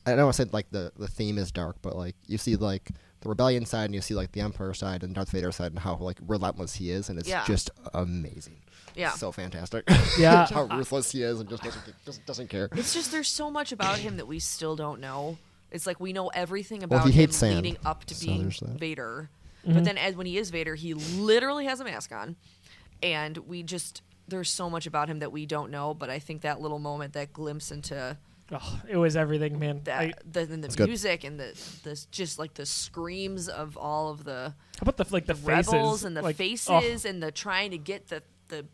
[SPEAKER 5] I don't want to say like the the theme is dark, but like you see like the rebellion side, and you see like the Emperor side and Darth Vader side, and how like relentless he is, and it's
[SPEAKER 4] Yeah.
[SPEAKER 5] just amazing.
[SPEAKER 4] Yeah.
[SPEAKER 5] so fantastic.
[SPEAKER 3] Yeah.
[SPEAKER 5] how ruthless he is, and just doesn't just doesn't care.
[SPEAKER 4] It's just there's so much about him that we still don't know. It's like we know everything
[SPEAKER 5] Well,
[SPEAKER 4] about
[SPEAKER 5] he
[SPEAKER 4] him
[SPEAKER 5] hates sand,
[SPEAKER 4] leading up to
[SPEAKER 5] so
[SPEAKER 4] being
[SPEAKER 5] there's that.
[SPEAKER 4] Vader,
[SPEAKER 3] Mm-hmm.
[SPEAKER 4] but then as when he is Vader, he literally has a mask on, and we just there's so much about him that we don't know. But I think that little moment, that glimpse into
[SPEAKER 3] Oh, it was everything, man.
[SPEAKER 4] that,
[SPEAKER 3] I-
[SPEAKER 4] the, and the
[SPEAKER 5] good.
[SPEAKER 4] music and the this just like the screams of all of the
[SPEAKER 3] how about the like the, faces
[SPEAKER 4] rebels and the
[SPEAKER 3] Like, oh,
[SPEAKER 4] faces and the trying to get the the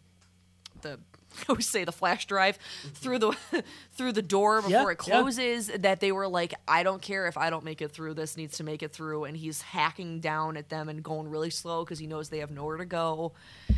[SPEAKER 4] the I always say the flash drive through the through the door before
[SPEAKER 3] Yeah,
[SPEAKER 4] it
[SPEAKER 3] yeah.
[SPEAKER 4] closes that they were like I don't care if I don't make it through this needs to make it through and he's hacking down at them and going really slow cuz he knows they have nowhere to go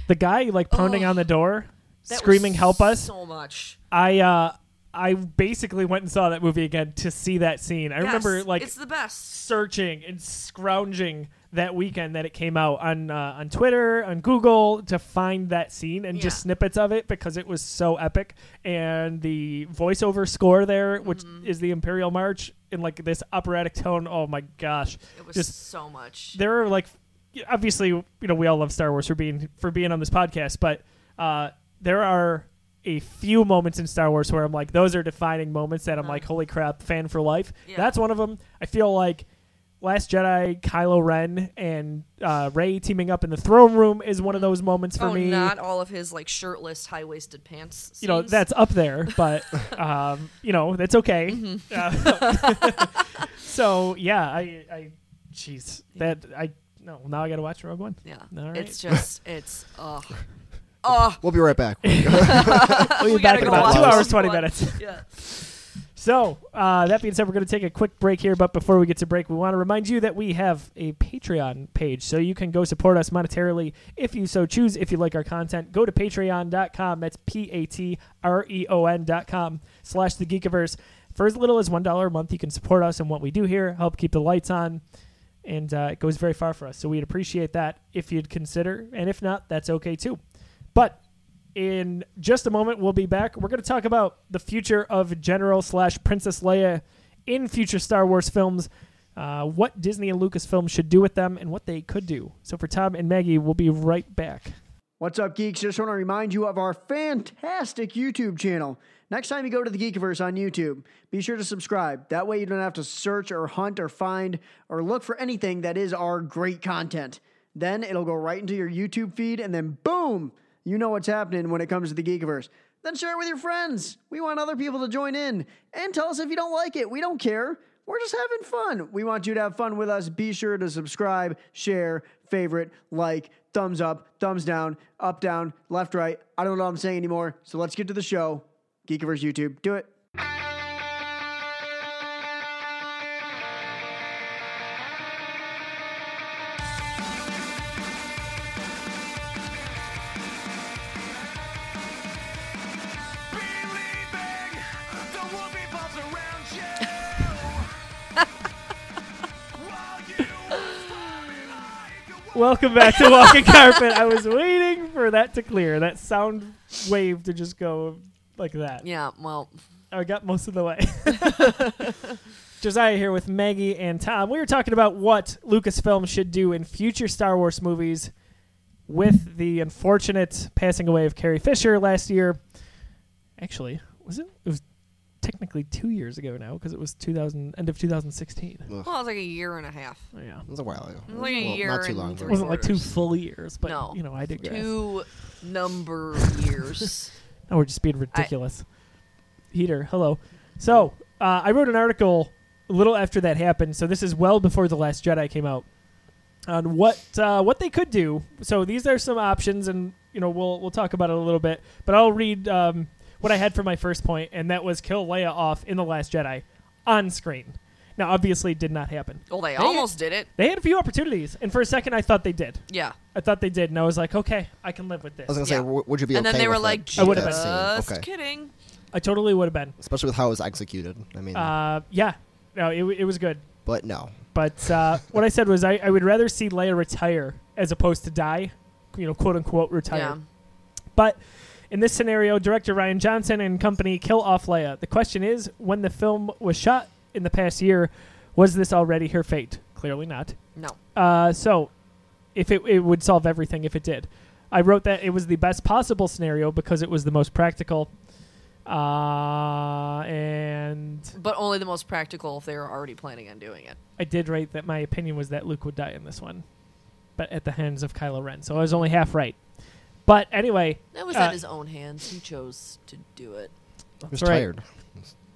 [SPEAKER 3] the guy like pounding on the door,
[SPEAKER 4] That was
[SPEAKER 3] screaming, "Help us!"
[SPEAKER 4] so much
[SPEAKER 3] I uh, I basically went and saw that movie again to see that scene. I remember
[SPEAKER 4] Yes,
[SPEAKER 3] like
[SPEAKER 4] it's the best
[SPEAKER 3] searching and scrounging that weekend that it came out on uh, on Twitter, on Google to find that scene and just
[SPEAKER 4] Yeah.
[SPEAKER 3] snippets of it because it was so epic. And the voiceover score there, which
[SPEAKER 4] Mm-hmm.
[SPEAKER 3] is the Imperial March in like this operatic tone. Oh my gosh,
[SPEAKER 4] it was
[SPEAKER 3] just
[SPEAKER 4] so much
[SPEAKER 3] there are like obviously you know we all love Star Wars for being for being on this podcast, but uh, there are a few moments in Star Wars where I'm like those are defining moments that I'm like holy crap fan for life.
[SPEAKER 4] Mm. Yeah.
[SPEAKER 3] That's one of them. I feel like Last Jedi, Kylo Ren, and uh, Ray teaming up in the throne room is one of those moments for
[SPEAKER 4] oh
[SPEAKER 3] me.
[SPEAKER 4] not all of his like shirtless high-waisted pants
[SPEAKER 3] you know
[SPEAKER 4] scenes.
[SPEAKER 3] that's up there, but um, you know that's okay.
[SPEAKER 4] Mm-hmm.
[SPEAKER 3] Uh, so yeah, I, I, jeez, that I no now I got to watch Rogue One.
[SPEAKER 4] yeah
[SPEAKER 3] All right.
[SPEAKER 4] it's just it's uh oh
[SPEAKER 5] We'll be right back. We'll
[SPEAKER 4] we
[SPEAKER 5] back
[SPEAKER 4] gotta
[SPEAKER 5] in
[SPEAKER 4] go
[SPEAKER 5] about
[SPEAKER 4] watch
[SPEAKER 5] two
[SPEAKER 4] this
[SPEAKER 3] hours, 20
[SPEAKER 4] one.
[SPEAKER 3] minutes.
[SPEAKER 4] yeah
[SPEAKER 3] So, uh, that being said, we're going to take a quick break here. But before we get to break, we want to remind you that we have a Patreon page. So you can go support us monetarily if you so choose. If you like our content, go to patreon.com. That's P A T R E O N.com slash the Geekiverse. For as little as $1 a month, you can support us and what we do here, help keep the lights on. And uh, it goes very far for us. So we'd appreciate that if you'd consider. And if not, that's okay too. But in just a moment we'll be back we're going to talk about the future of general slash princess leia in future star wars films uh, what disney and lucasfilm should do with them and what they could do so for tom and maggie we'll be right back
[SPEAKER 2] What's up, geeks? Just want to remind you of our fantastic YouTube channel. Next time you go to the Geekiverse on YouTube, be sure to subscribe. That way you don't have to search or hunt or find or look for anything that is our great content. Then it'll go right into your YouTube feed, and then boom, you know what's happening when it comes to the Geekiverse. Then share it with your friends. We want other people to join in and tell us if you don't like it. We don't care. We're just having fun. We want you to have fun with us. Be sure to subscribe, share, favorite, like, thumbs up, thumbs down, up, down, left, right. I don't know what I'm saying anymore. So let's get to the show. Geekiverse YouTube. Do it.
[SPEAKER 3] welcome back to walking carpet i was waiting for that to clear that sound wave to just go like that
[SPEAKER 4] Yeah, well,
[SPEAKER 3] Oh, I got most of the way. Josiah here with Maggie and Tom. We were talking about what Lucasfilm should do in future Star Wars movies with the unfortunate passing away of Carrie Fisher last year. Actually, was it? It was technically two years ago now because it was 2000 end of 2016.
[SPEAKER 4] well, it was like a year and a half.
[SPEAKER 3] Yeah,
[SPEAKER 5] It was a while ago.
[SPEAKER 4] It was like a
[SPEAKER 5] Well,
[SPEAKER 4] year
[SPEAKER 5] not too
[SPEAKER 4] and
[SPEAKER 5] long,
[SPEAKER 3] it
[SPEAKER 5] but-
[SPEAKER 4] three
[SPEAKER 3] wasn't like two
[SPEAKER 4] quarters.
[SPEAKER 3] full years, but
[SPEAKER 4] No.
[SPEAKER 3] you know I digress.
[SPEAKER 4] two number years.
[SPEAKER 3] Now we're just being ridiculous. Heater, hello. So uh, I wrote an article a little after that happened. So this is well before the Last Jedi came out, on what uh, what they could do. So these are some options, and you know we'll we'll talk about it a little bit. But I'll read um, what I had for my first point, and that was kill Leia off in the Last Jedi on screen. Now, obviously, it did not happen.
[SPEAKER 4] Well, they almost did it.
[SPEAKER 3] They had a few opportunities, and for a second, I thought they did.
[SPEAKER 4] Yeah.
[SPEAKER 3] I thought they did, and I was like, okay, I can live with this.
[SPEAKER 5] I was gonna say,
[SPEAKER 4] Yeah.
[SPEAKER 5] w- would you be
[SPEAKER 4] and
[SPEAKER 5] okay
[SPEAKER 4] then they were
[SPEAKER 5] with
[SPEAKER 4] like,
[SPEAKER 5] that-
[SPEAKER 3] I would've been-
[SPEAKER 5] that
[SPEAKER 4] just
[SPEAKER 5] scene? Okay.
[SPEAKER 4] kidding.
[SPEAKER 3] I totally would have been.
[SPEAKER 5] Especially with how it was executed. I mean,
[SPEAKER 3] Uh, yeah, no, it, w- it was good.
[SPEAKER 5] but no.
[SPEAKER 3] But uh, what I said was, I, I would rather see Leia retire as opposed to die, you know, quote unquote retire.
[SPEAKER 4] Yeah.
[SPEAKER 3] But in this scenario, director Ryan Johnson and company kill off Leia. The question is, when the film was shot in the past year, was this already her fate? Clearly not.
[SPEAKER 4] No.
[SPEAKER 3] Uh, so, if it, it would solve everything if it did. I wrote that it was the best possible scenario because it was the most practical. Uh, and
[SPEAKER 4] But only the most practical if they were already planning on doing it.
[SPEAKER 3] I did write that my opinion was that Luke would die in this one, but at the hands of Kylo Ren. So I was only half right. But anyway,
[SPEAKER 4] That was
[SPEAKER 3] Uh,
[SPEAKER 4] at his own hands. He chose to do it.
[SPEAKER 5] I'm
[SPEAKER 3] that's
[SPEAKER 5] just
[SPEAKER 3] right.
[SPEAKER 5] tired.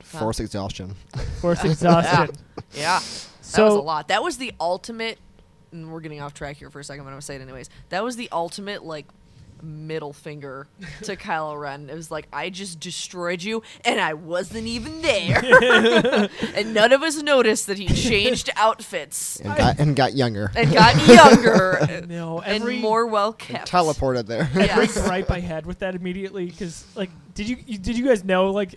[SPEAKER 5] Forced exhaustion.
[SPEAKER 3] Forced exhaustion.
[SPEAKER 4] Yeah.
[SPEAKER 3] So
[SPEAKER 4] that was a lot. That was the ultimate. And we're getting off track here for a second, but I'm gonna say it anyways. That was the ultimate like middle finger to Kylo Ren. It was like I just destroyed you, and I wasn't even there, and none of us noticed that he changed outfits
[SPEAKER 5] And, got, and got younger.
[SPEAKER 4] and got younger
[SPEAKER 3] No,
[SPEAKER 4] and
[SPEAKER 3] every-
[SPEAKER 4] more well kept.
[SPEAKER 5] Teleported there.
[SPEAKER 3] every
[SPEAKER 4] Yes.
[SPEAKER 3] gripe I had with that immediately because like did you, you did you guys know like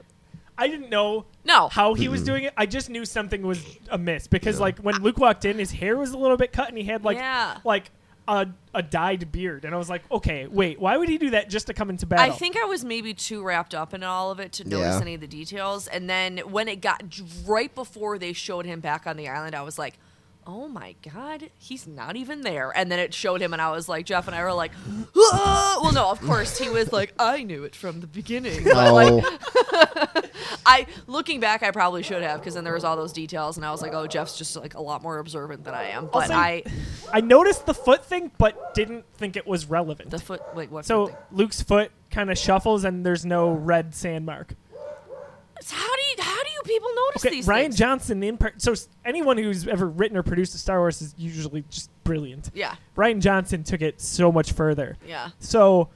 [SPEAKER 3] I didn't know
[SPEAKER 4] No.
[SPEAKER 3] how he was doing it. I just knew something was amiss because like when Luke walked in, his hair was a little bit cut and he had like
[SPEAKER 4] Yeah.
[SPEAKER 3] like a a dyed beard, and I was like, okay, wait, why would he do that just to come into
[SPEAKER 4] I
[SPEAKER 3] battle?
[SPEAKER 4] think I was maybe too wrapped up in all of it to notice
[SPEAKER 5] Yeah.
[SPEAKER 4] any of the details. And then when it got j- right before they showed him back on the island, I was like, "Oh my god, he's not even there." And then it showed him, and I was like, Jeff and I were like, "Ah!" "Well, no, of course he was like, I knew it from the beginning." But
[SPEAKER 5] No.
[SPEAKER 4] like, I looking back, I probably should have because then there was all those details, and I was like, "Oh, Jeff's just like a lot more observant than I am." But
[SPEAKER 3] Also-
[SPEAKER 4] I
[SPEAKER 3] I noticed the foot thing, but didn't think it was relevant.
[SPEAKER 4] the foot wait what?
[SPEAKER 3] so
[SPEAKER 4] foot thing?
[SPEAKER 3] Luke's foot kind of shuffles, and there's no red sand mark.
[SPEAKER 4] how do you how do you people notice
[SPEAKER 3] Okay,
[SPEAKER 4] these?
[SPEAKER 3] Ryan
[SPEAKER 4] things?
[SPEAKER 3] Johnson in par- so s- anyone who's ever written or produced a Star Wars is usually just brilliant.
[SPEAKER 4] yeah,
[SPEAKER 3] Ryan Johnson took it so much further.
[SPEAKER 4] yeah.
[SPEAKER 3] So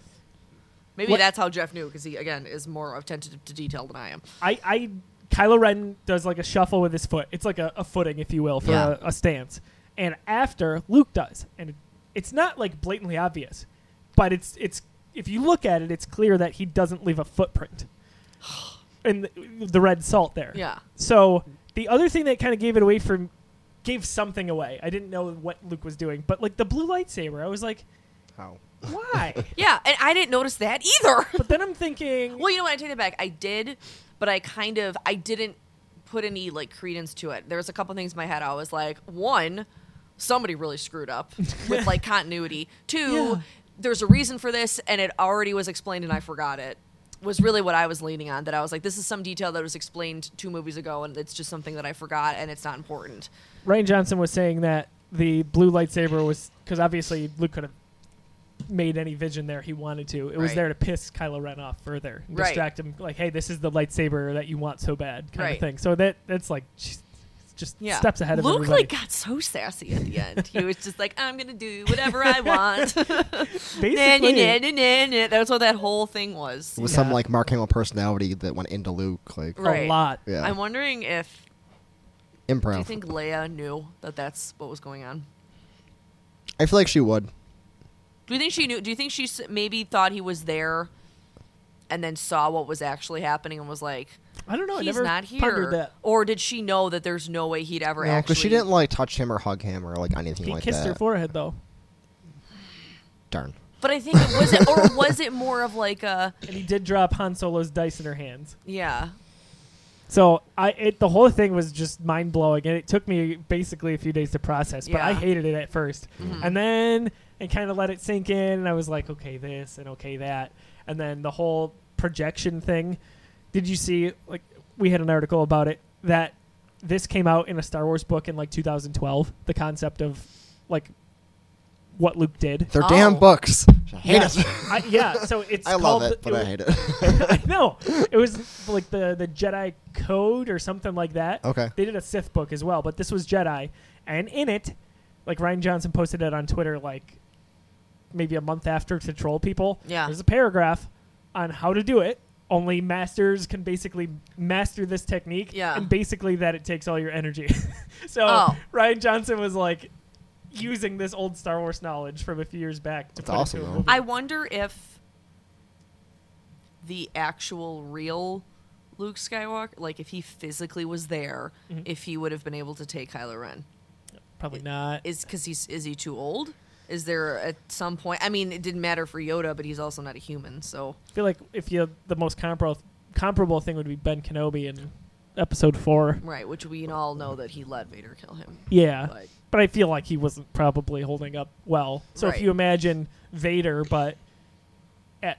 [SPEAKER 4] Maybe
[SPEAKER 3] What-
[SPEAKER 4] that's how Jeff knew because he again is more attentive to detail than I am.
[SPEAKER 3] I, I Kylo Ren does like a shuffle with his foot. It's like a, a footing, if you will, for
[SPEAKER 4] Yeah.
[SPEAKER 3] a, a stance. And after Luke does, and it, it's not like blatantly obvious, but it's it's if you look at it, it's clear that he doesn't leave a footprint in the, the red salt there.
[SPEAKER 4] Yeah.
[SPEAKER 3] So the other thing that kind of gave it away from gave something away. I didn't know what Luke was doing, but like the blue lightsaber, I was like,
[SPEAKER 5] How?
[SPEAKER 3] why?
[SPEAKER 4] Yeah, and I didn't notice that either.
[SPEAKER 3] but then I'm thinking,
[SPEAKER 4] well, you know what? I take that back. I did, but I kind of I didn't put any like credence to it. There was a couple things in my head. I was like, one, somebody really screwed up with like continuity. Two,
[SPEAKER 3] Yeah.
[SPEAKER 4] there's a reason for this, and it already was explained, and I forgot it. Was really what I was leaning on. That I was like, this is some detail that was explained two movies ago, and it's just something that I forgot, and it's not important.
[SPEAKER 3] Ryan Johnson was saying that the blue lightsaber was because obviously Luke could have made any vision there he wanted to. It was
[SPEAKER 4] Right.
[SPEAKER 3] there to piss Kylo Ren off further, and
[SPEAKER 4] Right.
[SPEAKER 3] distract him. Like, hey, this is the lightsaber that you want so bad, kind of
[SPEAKER 4] Right.
[SPEAKER 3] thing. So that that's like just, just steps ahead of
[SPEAKER 4] Luke
[SPEAKER 3] everybody.
[SPEAKER 4] like got so sassy at the end. He was just like, "I'm gonna do whatever I want." Nah, nah, nah, nah,
[SPEAKER 3] Basically,
[SPEAKER 4] nah, nah. That's what that whole thing was.
[SPEAKER 5] It was some
[SPEAKER 3] Yeah.
[SPEAKER 5] like Mark Hamill personality that went into Luke, like
[SPEAKER 4] Right.
[SPEAKER 3] a lot.
[SPEAKER 5] yeah,
[SPEAKER 4] I'm wondering if do you
[SPEAKER 5] improv.
[SPEAKER 4] think Leia knew that that's what was going on?
[SPEAKER 5] I feel like she would.
[SPEAKER 4] Do you think she knew? Do you think she s- maybe thought he was there, and then saw what was actually happening and was like,
[SPEAKER 3] I don't know. I
[SPEAKER 4] "He's
[SPEAKER 3] never
[SPEAKER 4] not here,"
[SPEAKER 3] pondered that.
[SPEAKER 4] or did she know that there's no way he'd ever
[SPEAKER 5] No,
[SPEAKER 4] actually?
[SPEAKER 5] because she didn't like touch him or hug him or like anything
[SPEAKER 3] He
[SPEAKER 5] like
[SPEAKER 3] kissed
[SPEAKER 5] that.
[SPEAKER 3] her forehead though,
[SPEAKER 5] Darn.
[SPEAKER 4] But I think it was it, or was it more of like a
[SPEAKER 3] and he did drop Han Solo's dice in her hands.
[SPEAKER 4] yeah?
[SPEAKER 3] So I it, the whole thing was just mind blowing, and it took me basically a few days to process. But I
[SPEAKER 4] Yeah.
[SPEAKER 3] hated it at 1st and then I kind of let it sink in, and I was like, okay, this and okay that, and then the whole projection thing. Did you see? Like we had an article about it that this came out in a Star Wars book in like 2012. The concept of like what Luke did.
[SPEAKER 5] They're
[SPEAKER 4] Oh.
[SPEAKER 5] damn books. I hate
[SPEAKER 3] Yeah.
[SPEAKER 5] it.
[SPEAKER 3] I, yeah, so it's
[SPEAKER 5] I love
[SPEAKER 3] called the-
[SPEAKER 5] it, but
[SPEAKER 3] wa-
[SPEAKER 5] I hate it.
[SPEAKER 3] I know. It was like the the Jedi Code or something like that.
[SPEAKER 5] Okay.
[SPEAKER 3] They did a Sith book as well, but this was Jedi, and in it, like Ryan Johnson posted it on Twitter like maybe a month after to troll people.
[SPEAKER 4] Yeah.
[SPEAKER 3] There's a paragraph on how to do it. Only masters can basically master this technique.
[SPEAKER 4] Yeah.
[SPEAKER 3] And basically that it takes all your energy. so
[SPEAKER 4] Oh.
[SPEAKER 3] Ryan Johnson was like using this old Star Wars knowledge from a few years back to
[SPEAKER 5] That's
[SPEAKER 3] put
[SPEAKER 5] awesome,
[SPEAKER 3] into a
[SPEAKER 5] though.
[SPEAKER 3] movie.
[SPEAKER 4] I wonder if the actual real Luke Skywalker, like if he physically was there, if he would have been able to take Kylo Ren,
[SPEAKER 3] Probably not.
[SPEAKER 4] is because he's is he too old? Is there at some point? I mean, it didn't matter for Yoda, but he's also not a human, so
[SPEAKER 3] I feel like if you the most comparable comparable thing would be Ben Kenobi in episode four.
[SPEAKER 4] right. Which we all know that he let Vader kill him.
[SPEAKER 3] Yeah.
[SPEAKER 4] But-
[SPEAKER 3] But, I feel like he wasn't probably holding up well. So
[SPEAKER 4] Right.
[SPEAKER 3] if you imagine Vader but at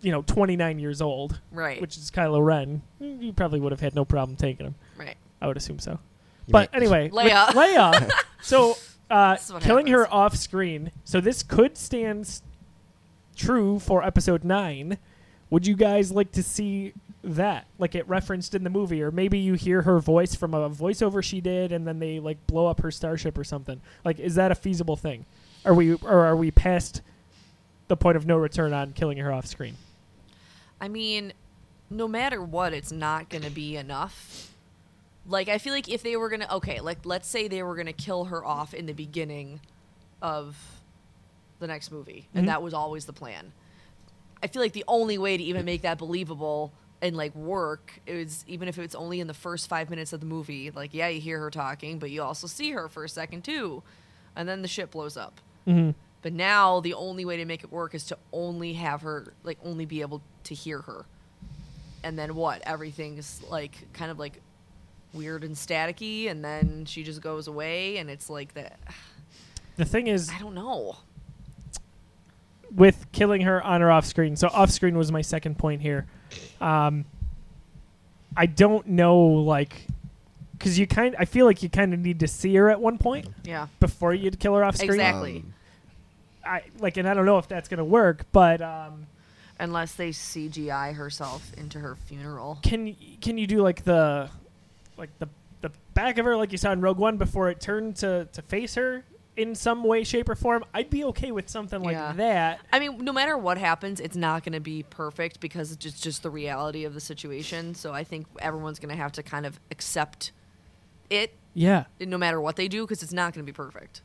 [SPEAKER 3] you know, twenty nine years old,
[SPEAKER 4] Right.
[SPEAKER 3] which is Kylo Ren, you probably would have had no problem taking him.
[SPEAKER 4] Right.
[SPEAKER 3] I would assume so.
[SPEAKER 5] You
[SPEAKER 3] but
[SPEAKER 5] might-
[SPEAKER 3] anyway, with
[SPEAKER 4] Leia.
[SPEAKER 3] Leia. so uh,
[SPEAKER 4] This is what
[SPEAKER 3] killing her
[SPEAKER 4] happens.
[SPEAKER 3] off screen. So this could stand s- true for episode nine. Would you guys like to see that, like it referenced in the movie, or maybe you hear her voice from a voiceover she did, and then they like blow up her starship or something? Like, is that a feasible thing? Are we or are we past the point of no return on killing her off screen?
[SPEAKER 4] I mean, no matter what, it's not going to be enough. Like I feel like if they were going to okay, like let's say they were going to kill her off in the beginning of the next movie and that was always the plan. I feel like the only way to even make that believable and like work is even if it's only in the first 5 minutes of the movie, like yeah, you hear her talking, but you also see her for a second too. And then the ship blows up. But now the only way to make it work is to only have her like only be able to hear her. And then what? Everything's like kind of like weird and staticky and then she just goes away and it's like that
[SPEAKER 3] The thing is,
[SPEAKER 4] I don't know.
[SPEAKER 3] with killing her on or off screen. So off screen was my second point here. Um, I don't know, like, because you kind, I feel like you kind of need to see her at one point
[SPEAKER 4] Yeah.
[SPEAKER 3] before you'd kill her off screen.
[SPEAKER 4] Exactly.
[SPEAKER 3] I like, and I don't know if that's gonna work, but um,
[SPEAKER 4] Unless they CGI herself into her funeral.
[SPEAKER 3] can can you do like the, like the the back of her like you saw in Rogue One before it turned to to face her in some way, shape, or form? I'd be okay with something like
[SPEAKER 4] Yeah.
[SPEAKER 3] that.
[SPEAKER 4] I mean, no matter what happens, it's not going to be perfect because it's just, just the reality of the situation. So I think everyone's going to have to kind of accept it
[SPEAKER 3] Yeah.
[SPEAKER 4] no matter what they do because it's not going to be perfect.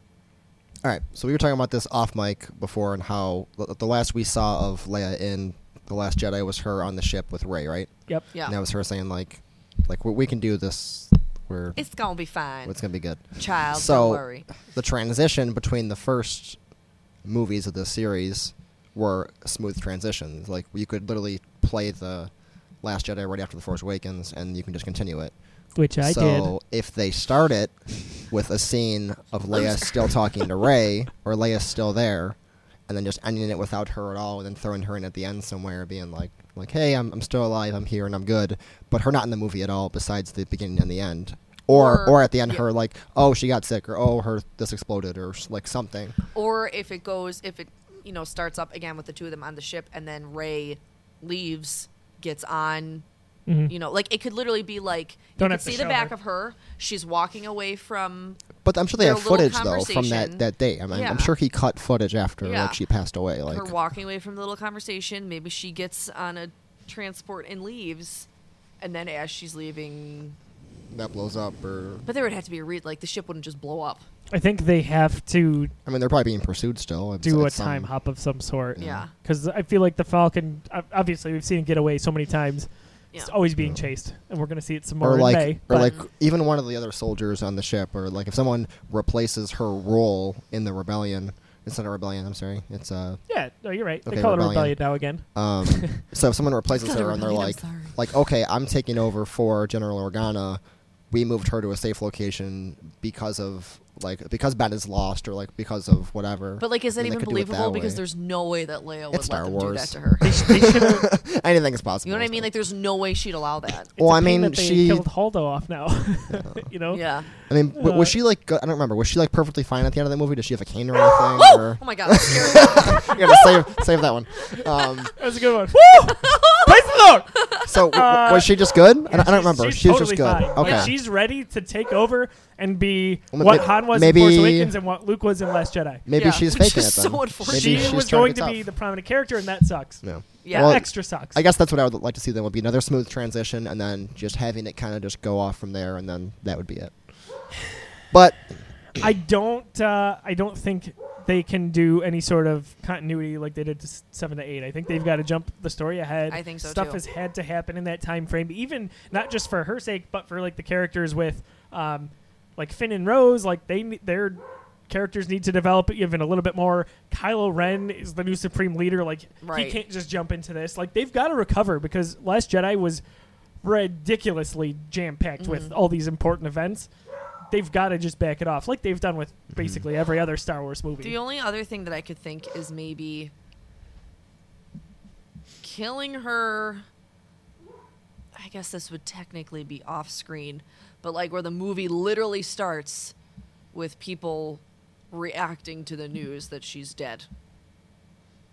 [SPEAKER 5] All right, so we were talking about this off mic before and how the, the last we saw of Leia in The Last Jedi was her on the ship with Rey, right?
[SPEAKER 3] Yep.
[SPEAKER 4] Yeah.
[SPEAKER 5] And that was her saying like, like we, we can do this. We're
[SPEAKER 4] It's gonna be fine,
[SPEAKER 5] it's gonna be good.
[SPEAKER 4] child.
[SPEAKER 5] so
[SPEAKER 4] don't worry.
[SPEAKER 5] the transition between the first movies of this series were smooth transitions. Like you could literally play the Last Jedi right after the Force Awakens, and you can just continue it.
[SPEAKER 3] Which I
[SPEAKER 5] so if they start it with a scene of Leia still talking to Ray, or Leia's still there, and then just ending it without her at all, and then throwing her in at the end somewhere, being like, like, hey, I'm, I'm still alive, I'm here, and I'm good, but her not in the movie at all, besides the beginning and the end. Or,
[SPEAKER 4] Or-
[SPEAKER 5] or, at the end,
[SPEAKER 4] yeah.
[SPEAKER 5] her like, oh, she got sick, or oh, her this exploded, or s- like something.
[SPEAKER 4] Or if it goes, if it you know starts up again with the two of them on the ship, and then Ray leaves, gets on. You know, like it could literally be like
[SPEAKER 3] Mm-hmm. Don't
[SPEAKER 4] you
[SPEAKER 3] have
[SPEAKER 4] could
[SPEAKER 3] to
[SPEAKER 4] see
[SPEAKER 3] show
[SPEAKER 4] the back
[SPEAKER 3] her.
[SPEAKER 4] of her. She's walking away from
[SPEAKER 5] But I'm sure they
[SPEAKER 4] Their
[SPEAKER 5] have
[SPEAKER 4] little
[SPEAKER 5] footage though from
[SPEAKER 4] conversation.
[SPEAKER 5] that that day. I mean,
[SPEAKER 4] Yeah.
[SPEAKER 5] I'm sure he cut footage after
[SPEAKER 4] Yeah.
[SPEAKER 5] like she passed away. Like,
[SPEAKER 4] her walking away from the little conversation. Maybe she gets on a transport and leaves, and then as she's leaving,
[SPEAKER 5] that blows up, or
[SPEAKER 4] but there would have to be a read. Like the ship wouldn't just blow up.
[SPEAKER 3] I think they have to
[SPEAKER 5] I mean, they're probably being pursued still. It's-
[SPEAKER 3] do a
[SPEAKER 5] it's um, some-
[SPEAKER 3] time hop of some sort.
[SPEAKER 4] um, Yeah.
[SPEAKER 3] Because I feel like the Falcon, ob- obviously, we've seen it get away so many times. It's
[SPEAKER 4] Yeah.
[SPEAKER 3] always being chased, and we're going to see it some more
[SPEAKER 5] or
[SPEAKER 3] in
[SPEAKER 5] like
[SPEAKER 3] May.
[SPEAKER 5] or
[SPEAKER 3] but-
[SPEAKER 5] like even one of the other soldiers on the ship or like if someone replaces her role in the rebellion it's not a rebellion i'm sorry it's a
[SPEAKER 3] yeah, no, you're right. they
[SPEAKER 5] Okay,
[SPEAKER 3] call it a
[SPEAKER 5] Rebellion.
[SPEAKER 3] rebellion now again.
[SPEAKER 5] um so if someone replaces
[SPEAKER 4] It's not a
[SPEAKER 5] her and they're
[SPEAKER 4] rebellion,
[SPEAKER 5] like
[SPEAKER 4] I'm sorry.
[SPEAKER 5] like okay i'm taking over for general organa we moved her to a safe location because of like because ben is lost or like because of whatever
[SPEAKER 4] But like, is that
[SPEAKER 5] And they
[SPEAKER 4] even
[SPEAKER 5] could do it that
[SPEAKER 4] believable? Because
[SPEAKER 5] way.
[SPEAKER 4] there's no way that Leia would
[SPEAKER 5] It's
[SPEAKER 4] let
[SPEAKER 5] Star
[SPEAKER 4] them do
[SPEAKER 5] Wars.
[SPEAKER 4] that to her.
[SPEAKER 5] anything is possible
[SPEAKER 4] You know what I mean? Like, there's no way she'd allow that.
[SPEAKER 3] It's
[SPEAKER 5] well
[SPEAKER 3] a
[SPEAKER 5] i
[SPEAKER 3] pain
[SPEAKER 5] mean
[SPEAKER 3] that they
[SPEAKER 5] she
[SPEAKER 3] killed Haldo off now. you know?
[SPEAKER 4] Yeah.
[SPEAKER 5] i mean w- was
[SPEAKER 3] Uh,
[SPEAKER 5] she like go- i don't remember was she like perfectly fine at the end of that movie did she have a cane or anything
[SPEAKER 4] Oh,
[SPEAKER 5] or
[SPEAKER 4] oh my god. I'm scared.
[SPEAKER 5] you gotta save save that one um
[SPEAKER 3] That was a good one. Woo! Price of alone.
[SPEAKER 5] So w- w- was she just good? I, don't, I don't remember.
[SPEAKER 3] She's
[SPEAKER 5] she was
[SPEAKER 3] totally
[SPEAKER 5] just good.
[SPEAKER 3] fine.
[SPEAKER 5] Okay.
[SPEAKER 3] Like she's ready to take over and be
[SPEAKER 5] Well,
[SPEAKER 3] what
[SPEAKER 5] may-
[SPEAKER 3] Han was
[SPEAKER 5] maybe-
[SPEAKER 3] in Force Awakens and what Luke was in Last Jedi.
[SPEAKER 5] Maybe
[SPEAKER 4] Yeah,
[SPEAKER 5] she's
[SPEAKER 4] which
[SPEAKER 5] faking
[SPEAKER 4] is
[SPEAKER 5] it then.
[SPEAKER 4] so unfortunate.
[SPEAKER 5] Maybe
[SPEAKER 3] she
[SPEAKER 5] she's
[SPEAKER 3] was
[SPEAKER 5] trying
[SPEAKER 3] going
[SPEAKER 5] to,
[SPEAKER 3] to
[SPEAKER 5] be
[SPEAKER 3] be the prominent character, and that sucks.
[SPEAKER 5] No.
[SPEAKER 4] Yeah.
[SPEAKER 5] Well,
[SPEAKER 3] extra sucks.
[SPEAKER 5] I guess that's what I would like to see. Then would be another smooth transition, and then just having it kind of just go off from there, and then that would be it. But
[SPEAKER 3] I don't. Uh, I don't think they can do any sort of continuity like they did to s- seven to eight. I think they've got to jump the story ahead.
[SPEAKER 4] I think so,
[SPEAKER 3] Stuff
[SPEAKER 4] too.
[SPEAKER 3] has had to happen in that time frame, even not just for her sake, but for like the characters with, um, like Finn and Rose. Like they ne- their characters need to develop even a little bit more. Kylo Ren is the new supreme leader. Like
[SPEAKER 4] Right.
[SPEAKER 3] he can't just jump into this. Like they've got to recover because Last Jedi was ridiculously jam packed
[SPEAKER 4] Mm-hmm.
[SPEAKER 3] with all these important events. They've got to just back it off, like they've done with
[SPEAKER 5] Mm-hmm.
[SPEAKER 3] basically every other Star Wars movie.
[SPEAKER 4] The only other thing that I could think is maybe killing her. I guess this would technically be off screen, but like where the movie literally starts with people reacting to the news that she's dead.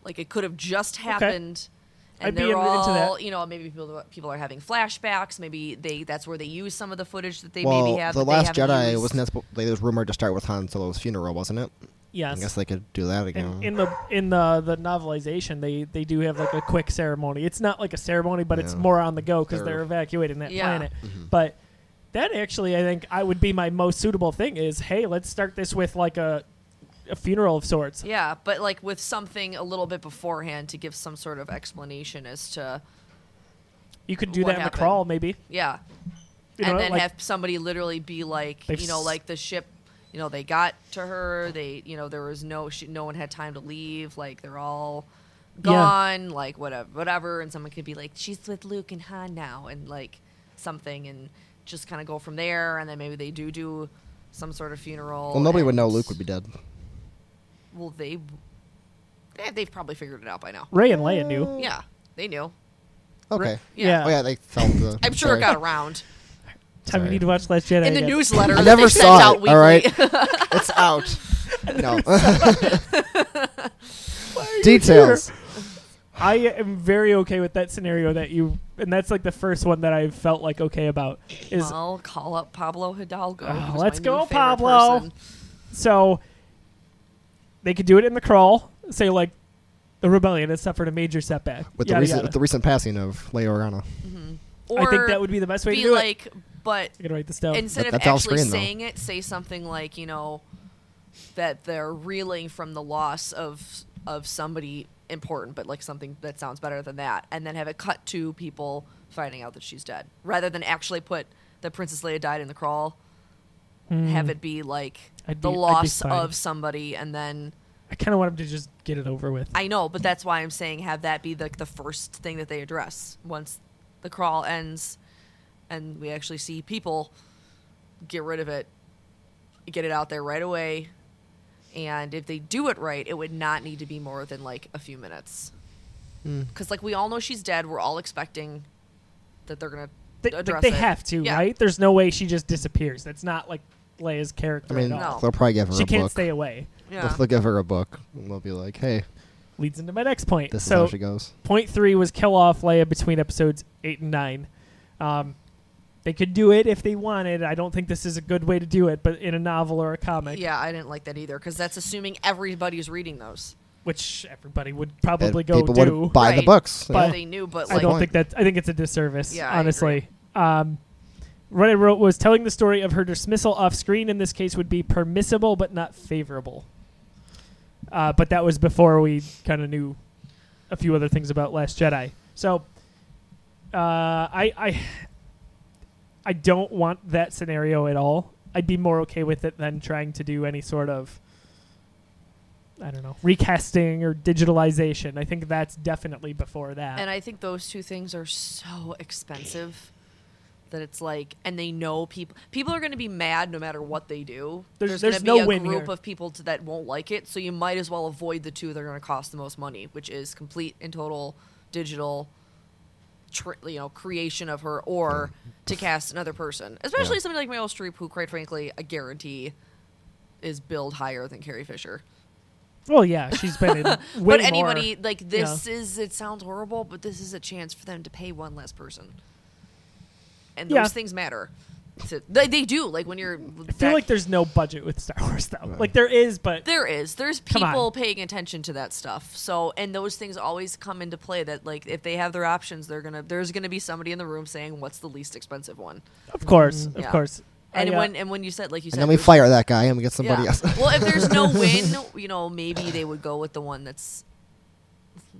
[SPEAKER 4] Like it could have just happened. And
[SPEAKER 3] I'd be
[SPEAKER 4] they're
[SPEAKER 3] in- into
[SPEAKER 4] all,
[SPEAKER 3] that.
[SPEAKER 4] you know, maybe people people are having flashbacks. Maybe they that's where they use some of the footage that they
[SPEAKER 5] well,
[SPEAKER 4] maybe have.
[SPEAKER 5] the
[SPEAKER 4] that they
[SPEAKER 5] Last
[SPEAKER 4] haven't
[SPEAKER 5] Jedi
[SPEAKER 4] used.
[SPEAKER 5] wasn't that spo- like, it was rumored to start with Han Solo's funeral, wasn't it?
[SPEAKER 3] yes,
[SPEAKER 5] I guess they could do that again.
[SPEAKER 3] in, in the in the the novelization, they they do have like a quick ceremony. It's not like a ceremony, but it's
[SPEAKER 5] Yeah.
[SPEAKER 3] more on the go because
[SPEAKER 5] They're- Mm-hmm.
[SPEAKER 3] they're evacuating that
[SPEAKER 4] Yeah.
[SPEAKER 3] planet. But that actually, I think, I would be my most suitable thing is hey, let's start this with like a a funeral of sorts.
[SPEAKER 4] Yeah, but like with something a little bit beforehand to give some sort of explanation as to
[SPEAKER 3] You could do
[SPEAKER 4] What
[SPEAKER 3] that in the
[SPEAKER 4] happened?
[SPEAKER 3] crawl, maybe.
[SPEAKER 4] yeah,
[SPEAKER 3] You
[SPEAKER 4] and
[SPEAKER 3] know,
[SPEAKER 4] then
[SPEAKER 3] like-
[SPEAKER 4] have somebody literally be like,
[SPEAKER 3] They've
[SPEAKER 4] you know,
[SPEAKER 3] s-
[SPEAKER 4] like the ship, you know, they got to her, they, you know, there was no, she, no one had time to leave, like they're all
[SPEAKER 3] Yeah.
[SPEAKER 4] gone, like whatever, whatever, and someone could be like, she's with Luke and Han now, and like something, and just kind of go from there, and then maybe they do do some sort of funeral.
[SPEAKER 5] well, nobody would know
[SPEAKER 4] and-
[SPEAKER 5] Luke would be dead.
[SPEAKER 4] Well, they, they, they've probably figured it out by now.
[SPEAKER 3] Ray and Leia knew.
[SPEAKER 4] Yeah, they knew.
[SPEAKER 5] Okay.
[SPEAKER 3] Yeah.
[SPEAKER 5] Oh yeah, they felt the.
[SPEAKER 4] I'm sure
[SPEAKER 5] sorry.
[SPEAKER 4] it got around.
[SPEAKER 3] Time you
[SPEAKER 5] Sorry.
[SPEAKER 3] need to watch Last Jedi.
[SPEAKER 4] In the
[SPEAKER 3] again.
[SPEAKER 4] newsletter,
[SPEAKER 5] I
[SPEAKER 4] that
[SPEAKER 5] never
[SPEAKER 4] they
[SPEAKER 5] saw
[SPEAKER 4] send out
[SPEAKER 5] it.
[SPEAKER 4] weekly.
[SPEAKER 5] all right, it's out. No details.
[SPEAKER 3] I am very okay with that scenario that you, and that's like the first one that I felt like okay about. Is
[SPEAKER 4] I'll call up Pablo Hidalgo.
[SPEAKER 3] Oh,
[SPEAKER 4] who's my
[SPEAKER 3] let's
[SPEAKER 4] new
[SPEAKER 3] go,
[SPEAKER 4] favorite
[SPEAKER 3] Pablo.
[SPEAKER 4] person.
[SPEAKER 3] so they could do it in the crawl. Say like the rebellion has suffered a major setback.
[SPEAKER 5] With the
[SPEAKER 3] yada,
[SPEAKER 5] recent
[SPEAKER 3] yada.
[SPEAKER 5] with the recent passing of Leia Organa.
[SPEAKER 4] Or
[SPEAKER 3] I think that would be the best way to
[SPEAKER 4] be
[SPEAKER 3] do it.
[SPEAKER 4] like, but
[SPEAKER 3] I'm gonna write this down.
[SPEAKER 4] instead
[SPEAKER 5] But
[SPEAKER 4] of
[SPEAKER 5] that's off
[SPEAKER 4] actually
[SPEAKER 5] screen, though.
[SPEAKER 4] saying it, say something like, you know, that they're reeling from the loss of of somebody important, but like something that sounds better than that, and then have it cut to people finding out that she's dead, rather than actually put that Princess Leia died in the crawl. Have it be like
[SPEAKER 3] Hmm. I'd
[SPEAKER 4] the
[SPEAKER 3] be- I'd be
[SPEAKER 4] loss
[SPEAKER 3] fine.
[SPEAKER 4] of somebody, and then
[SPEAKER 3] I kind of want them to just get it over with.
[SPEAKER 4] I know, but that's why I'm saying have that be like the first thing that they address once the crawl ends and we actually see people get rid of it, get it out there right away. And if they do it right, it would not need to be more than like a few minutes.
[SPEAKER 3] Hmm.
[SPEAKER 4] Because, like, we all know she's dead. We're all expecting that they're going
[SPEAKER 3] They,
[SPEAKER 4] to
[SPEAKER 3] like,
[SPEAKER 4] address
[SPEAKER 3] they
[SPEAKER 4] it.
[SPEAKER 3] have to,
[SPEAKER 4] Yeah.
[SPEAKER 3] right? There's no way she just disappears. That's not like Leia's
[SPEAKER 5] I
[SPEAKER 3] character
[SPEAKER 5] mean,
[SPEAKER 3] at all.
[SPEAKER 4] No.
[SPEAKER 5] they'll probably give her
[SPEAKER 3] She
[SPEAKER 5] a
[SPEAKER 3] can't
[SPEAKER 5] book.
[SPEAKER 3] stay away.
[SPEAKER 4] Yeah.
[SPEAKER 5] They'll, they'll give her a book, and they'll be like, "Hey,
[SPEAKER 3] Leads into my next point.
[SPEAKER 5] this is
[SPEAKER 3] so
[SPEAKER 5] how she goes."
[SPEAKER 3] point three was kill off Leia between episodes eight and nine. Um, they could do it if they wanted. I don't think this is a good way to do it, but in a novel or a comic,
[SPEAKER 4] Yeah, I didn't like that either because that's assuming everybody's reading those.
[SPEAKER 3] which everybody would probably
[SPEAKER 5] And
[SPEAKER 3] go
[SPEAKER 5] people
[SPEAKER 3] do.
[SPEAKER 5] would buy the
[SPEAKER 4] Right.
[SPEAKER 5] books.
[SPEAKER 4] But
[SPEAKER 3] But-
[SPEAKER 4] they knew, but
[SPEAKER 3] I
[SPEAKER 4] like,
[SPEAKER 3] don't
[SPEAKER 5] point.
[SPEAKER 3] think that. I think it's a disservice.
[SPEAKER 4] Yeah, I
[SPEAKER 3] honestly. Um, what I wrote was telling the story of her dismissal off screen. In this case, would be permissible but not favorable. Uh, but that was before we kind of knew a few other things about Last Jedi. So uh, I, I I don't want that scenario at all. I'd be more okay with it than trying to do any sort of I don't know recasting or digitalization. I think that's definitely before that.
[SPEAKER 4] And I think those two things are so expensive that it's like, and they know people. People are going to be mad no matter what they do.
[SPEAKER 3] There's-
[SPEAKER 4] gonna
[SPEAKER 3] there's
[SPEAKER 4] be
[SPEAKER 3] no
[SPEAKER 4] a
[SPEAKER 3] win
[SPEAKER 4] group
[SPEAKER 3] here.
[SPEAKER 4] of people to, that won't like it, so you might as well avoid the two that are going to cost the most money, which is complete and total digital, tr- you know, creation of her, or to cast another person, especially
[SPEAKER 5] Yeah.
[SPEAKER 4] somebody like Meryl Streep, who, quite frankly, I guarantee is billed higher than Carrie Fisher.
[SPEAKER 3] Well, yeah, she's been in way
[SPEAKER 4] but
[SPEAKER 3] more.
[SPEAKER 4] anybody like this is it sounds horrible, but this is a chance for them to pay one less person, and
[SPEAKER 3] Yeah.
[SPEAKER 4] those things matter. To, they, they do like when you're.
[SPEAKER 3] I feel like there's no budget with Star Wars though. Like there is, but
[SPEAKER 4] there is there's
[SPEAKER 3] Come on.
[SPEAKER 4] people paying attention to that stuff. So and those things always come into play. That like if they have their options, they're gonna there's gonna be somebody in the room saying what's the least expensive one.
[SPEAKER 3] of course, of
[SPEAKER 4] Yeah.
[SPEAKER 3] course.
[SPEAKER 4] And
[SPEAKER 3] I, uh,
[SPEAKER 4] when and when you said like you said
[SPEAKER 5] and then we
[SPEAKER 4] there's-
[SPEAKER 5] fire that guy and we get somebody else.
[SPEAKER 4] well, if there's no win, you know, maybe they would go with the one that's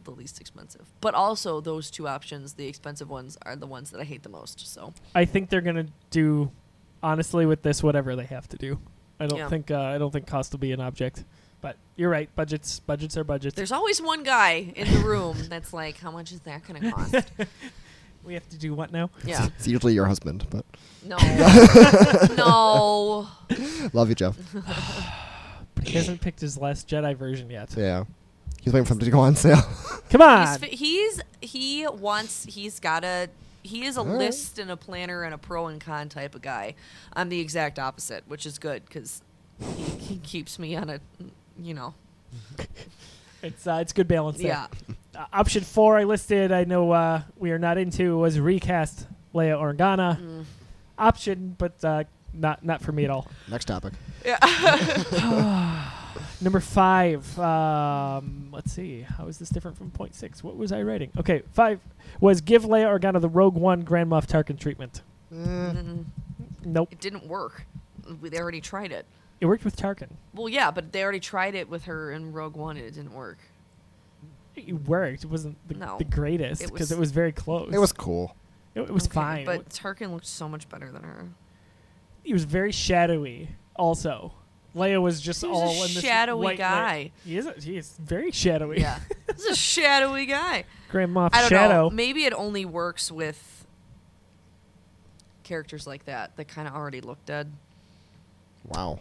[SPEAKER 4] the least expensive. But also, those two options, the expensive ones, are the ones that I hate the most. So
[SPEAKER 3] I think they're gonna do honestly with this whatever they have to do. I don't
[SPEAKER 4] Yeah.
[SPEAKER 3] think uh, I don't think cost will be an object. But you're right, budgets budgets are budgets.
[SPEAKER 4] there's always one guy in the room that's like, "How much is that going to cost?"
[SPEAKER 3] we have to do what now?
[SPEAKER 4] Yeah,
[SPEAKER 5] It's usually your husband, but
[SPEAKER 4] no, no.
[SPEAKER 5] love you, Jeff.
[SPEAKER 3] But he hasn't picked his last Jedi version yet.
[SPEAKER 5] Yeah. He's waiting for them to go on sale.
[SPEAKER 3] Come on.
[SPEAKER 4] He's, fi- he's he wants he's got a he is a
[SPEAKER 5] right.
[SPEAKER 4] list and a planner and a pro and con type of guy. I'm the exact opposite, which is good because he, he keeps me on a you know
[SPEAKER 3] It's uh, it's good balance. There.
[SPEAKER 4] yeah.
[SPEAKER 3] Uh, option four I listed, I know uh, we are not into, was recast Leia Organa.
[SPEAKER 4] Mm.
[SPEAKER 3] Option, but uh, not not for me at all.
[SPEAKER 5] Next topic.
[SPEAKER 3] Number five. Um, let's see. How is this different from point six? What was I writing? Okay, five was give Leia Organa the Rogue One Grand Moff Tarkin treatment.
[SPEAKER 5] Mm.
[SPEAKER 3] Nope.
[SPEAKER 4] it didn't work. We- They already tried it.
[SPEAKER 3] It worked with Tarkin.
[SPEAKER 4] Well, yeah, but they already tried it with her in Rogue One, and it didn't work.
[SPEAKER 3] It worked. It wasn't the,
[SPEAKER 4] No.
[SPEAKER 3] the greatest
[SPEAKER 4] It
[SPEAKER 3] because
[SPEAKER 4] was-
[SPEAKER 3] it was very close.
[SPEAKER 5] It was cool.
[SPEAKER 3] It, it was
[SPEAKER 4] Okay,
[SPEAKER 3] fine. But
[SPEAKER 4] but Tarkin looked so much better than her.
[SPEAKER 3] he was very shadowy. Also, Leia was just
[SPEAKER 4] He was a
[SPEAKER 3] all in this
[SPEAKER 4] shadowy
[SPEAKER 3] white la-
[SPEAKER 4] guy.
[SPEAKER 3] He is. A, he is very shadowy.
[SPEAKER 4] Yeah, this is a shadowy guy.
[SPEAKER 3] Grand Moff
[SPEAKER 4] I don't
[SPEAKER 3] Shadow.
[SPEAKER 4] know. Maybe it only works with characters like that that kind of already look dead.
[SPEAKER 5] Wow.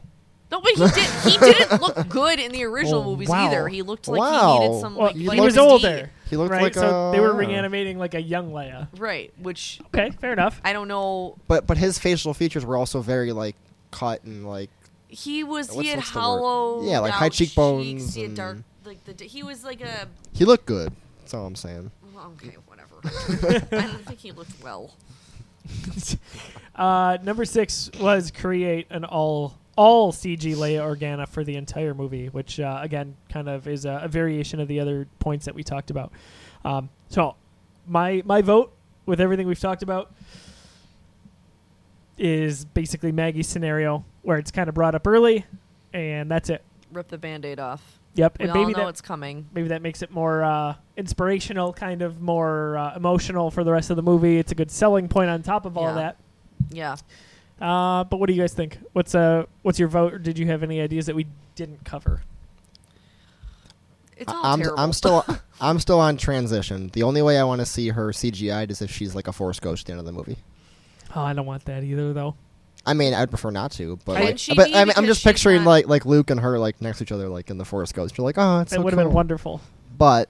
[SPEAKER 4] No, but he did. He didn't look good in the original
[SPEAKER 3] Well,
[SPEAKER 4] movies
[SPEAKER 3] Oh, wow.
[SPEAKER 4] either. He looked like he
[SPEAKER 5] Wow.
[SPEAKER 4] needed some.
[SPEAKER 3] Well,
[SPEAKER 4] like,
[SPEAKER 3] he
[SPEAKER 5] looked-
[SPEAKER 4] vitamin
[SPEAKER 3] was
[SPEAKER 4] D.
[SPEAKER 3] older.
[SPEAKER 5] He looked
[SPEAKER 3] right?
[SPEAKER 5] like uh,
[SPEAKER 3] so they
[SPEAKER 5] a-
[SPEAKER 3] were reanimating like a young Leia.
[SPEAKER 4] right? Which
[SPEAKER 3] Okay, fair enough.
[SPEAKER 4] I don't know.
[SPEAKER 5] But but his facial features were also very like cut and like
[SPEAKER 4] He was.
[SPEAKER 5] What's-
[SPEAKER 4] he had
[SPEAKER 5] what's the word?
[SPEAKER 4] hollow.
[SPEAKER 5] Yeah, like high
[SPEAKER 4] out
[SPEAKER 5] cheekbones
[SPEAKER 4] cheeks, He had
[SPEAKER 5] and-
[SPEAKER 4] dark. Like the. He was like a.
[SPEAKER 5] he looked good. That's all I'm saying.
[SPEAKER 4] Well, Okay, whatever. I don't think he looked well.
[SPEAKER 3] Uh, number six was create an all all CG Leia Organa for the entire movie, which uh, again kind of is a, a variation of the other points that we talked about. Um, so my my vote with everything we've talked about is basically Maggie's scenario where it's kind of brought up early, and that's it.
[SPEAKER 4] Rip the band-aid off.
[SPEAKER 3] Yep,
[SPEAKER 4] We
[SPEAKER 3] and
[SPEAKER 4] all
[SPEAKER 3] maybe
[SPEAKER 4] know
[SPEAKER 3] that
[SPEAKER 4] it's coming.
[SPEAKER 3] maybe that makes it more uh, inspirational, kind of more uh, emotional for the rest of the movie. It's a good selling point on top of all
[SPEAKER 4] Yeah.
[SPEAKER 3] that.
[SPEAKER 4] Yeah.
[SPEAKER 3] Uh, but what do you guys think? What's uh, what's your vote? Or did you have any ideas that we didn't cover?
[SPEAKER 4] It's all
[SPEAKER 5] I'm
[SPEAKER 4] terrible.
[SPEAKER 5] I'm still I'm still on transition. The only way I want to see her CGI'd is if she's like a force ghost at the end of the movie.
[SPEAKER 3] Oh, I don't want that either, though.
[SPEAKER 5] I mean, I'd prefer not to, but
[SPEAKER 4] Can
[SPEAKER 5] like,
[SPEAKER 4] she
[SPEAKER 5] but
[SPEAKER 4] be?
[SPEAKER 5] I mean, I'm
[SPEAKER 4] Because
[SPEAKER 5] just
[SPEAKER 4] she's
[SPEAKER 5] picturing
[SPEAKER 4] not-
[SPEAKER 5] like like Luke and her like next to each other like in the forest ghost. You're like, oh, it's
[SPEAKER 3] It
[SPEAKER 5] so
[SPEAKER 3] would have
[SPEAKER 5] cool.
[SPEAKER 3] been wonderful.
[SPEAKER 5] But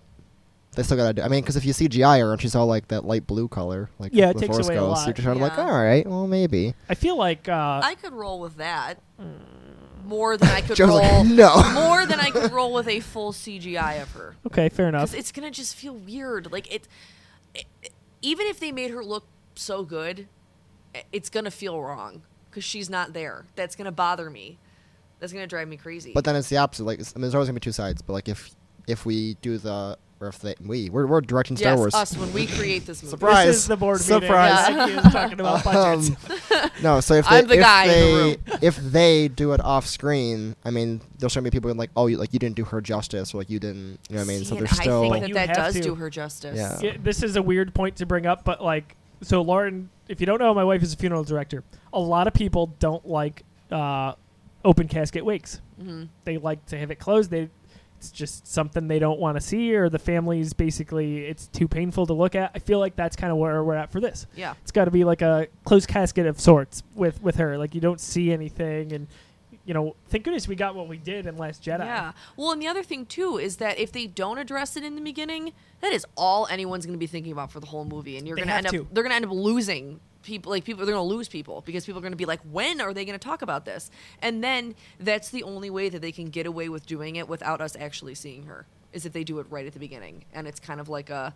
[SPEAKER 5] they still gotta do. I mean, because if you CGI her and she's all like that light blue color, like
[SPEAKER 3] Yeah, it
[SPEAKER 5] the
[SPEAKER 3] takes
[SPEAKER 5] forest
[SPEAKER 3] away a
[SPEAKER 5] ghost,
[SPEAKER 3] lot.
[SPEAKER 5] you're just kind of like,
[SPEAKER 4] Yeah.
[SPEAKER 5] all right, well maybe.
[SPEAKER 3] I feel like uh,
[SPEAKER 4] I could roll with that
[SPEAKER 3] Mm.
[SPEAKER 4] more than I could
[SPEAKER 5] Joe's
[SPEAKER 4] roll.
[SPEAKER 5] like, "No."
[SPEAKER 4] More than I could roll with a full CGI of her.
[SPEAKER 3] okay, fair enough.
[SPEAKER 4] Because it's gonna just feel weird. Like it, it- Even if they made her look so good, i- it's gonna feel wrong because she's not there. That's gonna bother me. That's gonna drive me crazy.
[SPEAKER 5] But then it's the opposite. Like, it's- I mean, there's always gonna be two sides. But like, if if we do the or if they, we we're, we're directing Star
[SPEAKER 4] yes,
[SPEAKER 5] Wars.
[SPEAKER 4] us when we create this movie.
[SPEAKER 5] Surprise.
[SPEAKER 3] This is the board
[SPEAKER 5] Surprise.
[SPEAKER 3] meeting. Jackie is talking about budgets.
[SPEAKER 5] Um, no, so if they,
[SPEAKER 4] I'm the
[SPEAKER 5] if,
[SPEAKER 4] guy in the
[SPEAKER 5] they
[SPEAKER 4] room.
[SPEAKER 5] if they do it off screen, I mean, there's so many people like, oh, you, like you didn't do her justice, or like you didn't, you know what I mean? so
[SPEAKER 4] See,
[SPEAKER 5] they're
[SPEAKER 4] and
[SPEAKER 5] still
[SPEAKER 4] I
[SPEAKER 3] You
[SPEAKER 4] think that that
[SPEAKER 3] have
[SPEAKER 4] does
[SPEAKER 3] to.
[SPEAKER 4] do her justice.
[SPEAKER 5] Yeah.
[SPEAKER 3] Yeah, this is a weird point to bring up, but like, so Lauren, if you don't know, my wife is a funeral director. A lot of people don't like uh, open casket wakes.
[SPEAKER 4] Mm-hmm.
[SPEAKER 3] They like to have it closed. They, it's just something they don't want to see, or the family's basically it's too painful to look at. I feel like that's kind of where we're at for this.
[SPEAKER 4] Yeah.
[SPEAKER 3] It's got to be like a closed casket of sorts with with her. Like you don't see anything, and you know, thank goodness we got what we did in Last Jedi.
[SPEAKER 4] Yeah. Well, and the other thing too is that if they don't address it in the beginning, that is all anyone's going to be thinking about for the whole movie, and you're
[SPEAKER 3] They
[SPEAKER 4] going to
[SPEAKER 3] have
[SPEAKER 4] end up
[SPEAKER 3] to.
[SPEAKER 4] they're going to end up losing people like people they're going to lose people because people are going to be like when are they going to talk about this and then that's the only way that they can get away with doing it without us actually seeing her is if they do it right at the beginning and it's kind of like a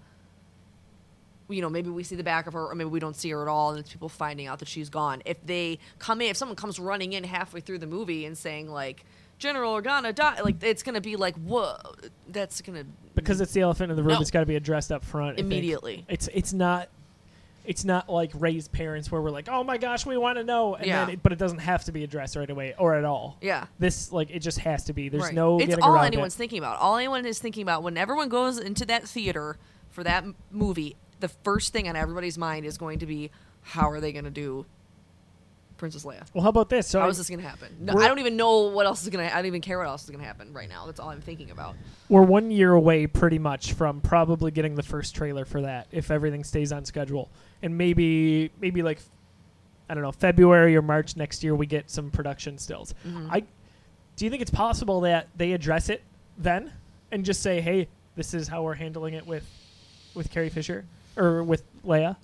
[SPEAKER 4] you know maybe we see the back of her or maybe we don't see her at all and it's people finding out that she's gone if they come in if someone comes running in halfway through the movie and saying like general organa died like it's going to be like whoa that's going to
[SPEAKER 3] because it's the elephant in the room.
[SPEAKER 4] No.
[SPEAKER 3] It's got to be addressed up front I think.
[SPEAKER 4] Immediately.
[SPEAKER 3] It's it's not it's not like raised parents where we're like, oh my gosh, we want to know, and
[SPEAKER 4] Yeah.
[SPEAKER 3] then it, but it doesn't have to be addressed right away or at all.
[SPEAKER 4] Yeah.
[SPEAKER 3] This like it just has to be. There's
[SPEAKER 4] Right.
[SPEAKER 3] no.
[SPEAKER 4] It's
[SPEAKER 3] getting
[SPEAKER 4] all
[SPEAKER 3] around
[SPEAKER 4] anyone's
[SPEAKER 3] it.
[SPEAKER 4] thinking about. All anyone is thinking about when everyone goes into that theater for that m- movie, the first thing on everybody's mind is going to be how are they going to do Princess Leia?
[SPEAKER 3] Well, how about this? So
[SPEAKER 4] How
[SPEAKER 3] I-
[SPEAKER 4] is this going to happen? No,
[SPEAKER 3] We're-
[SPEAKER 4] I don't even know what else is going to. I don't even care what else is going to happen right now. That's all I'm thinking about.
[SPEAKER 3] we're one year away, pretty much, from probably getting the first trailer for that if everything stays on schedule, and maybe maybe like I don't know February or March next year we get some production stills. I do you think it's possible that they address it then and just say, hey, this is how we're handling it with with Carrie Fisher or with Leia?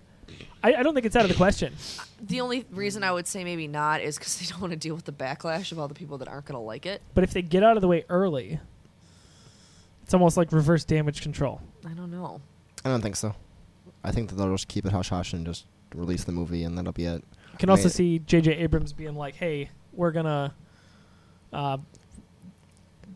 [SPEAKER 3] I, I don't think it's out of the question.
[SPEAKER 4] The only reason I would say maybe not is because they don't want to deal with the backlash of all the people that aren't going to like it.
[SPEAKER 3] But if they get out of the way early, it's almost like reverse damage control.
[SPEAKER 4] I don't know.
[SPEAKER 5] I don't think so. I think that they'll just keep it hush hush and just release the movie, and that'll be it.
[SPEAKER 3] You can also
[SPEAKER 5] Right.
[SPEAKER 3] see J.J. Abrams being like, "Hey, we're gonna," uh,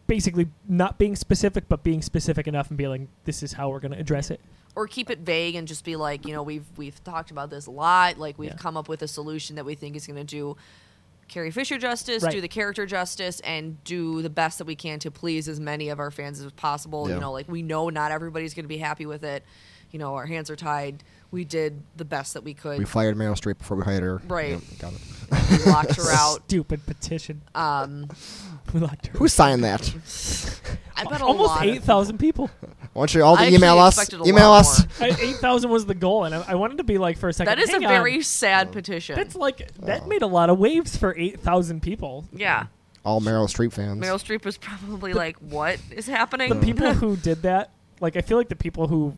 [SPEAKER 3] basically not being specific, but being specific enough and being like, "This is how we're gonna address it."
[SPEAKER 4] or keep it vague and just be like, you know, we've we've talked about this a lot. Like we've
[SPEAKER 3] Yeah.
[SPEAKER 4] come up with a solution that we think is going to do Carrie Fisher justice,
[SPEAKER 3] Right.
[SPEAKER 4] do the character justice, and do the best that we can to please as many of our fans as possible.
[SPEAKER 5] Yeah.
[SPEAKER 4] You know, like we know not everybody's going to be happy with it. You know, our hands are tied. We did the best that we could.
[SPEAKER 5] We fired Meryl Streep before we hired her.
[SPEAKER 4] Right.
[SPEAKER 5] Yeah, got it.
[SPEAKER 4] We locked her out.
[SPEAKER 3] Stupid petition.
[SPEAKER 4] Um,
[SPEAKER 3] We locked her.
[SPEAKER 5] Who signed that?
[SPEAKER 4] I bet a
[SPEAKER 3] Almost
[SPEAKER 4] lot of-
[SPEAKER 3] eight thousand people.
[SPEAKER 5] I want you all
[SPEAKER 4] I
[SPEAKER 5] to
[SPEAKER 4] actually
[SPEAKER 5] email us.
[SPEAKER 4] expected a
[SPEAKER 5] Email
[SPEAKER 4] lot
[SPEAKER 5] us.
[SPEAKER 4] more.
[SPEAKER 3] I- eight thousand was the goal, and I, I wanted to be like for a second.
[SPEAKER 4] That is a Oh.
[SPEAKER 3] "Hang on, Oh.
[SPEAKER 4] very sad petition.
[SPEAKER 3] That's like that made a lot of waves for eight thousand people.
[SPEAKER 4] yeah.
[SPEAKER 5] All Meryl Streep fans.
[SPEAKER 4] Meryl Streep was probably like, "What is happening?"
[SPEAKER 3] The people who did that, like, I feel like the people who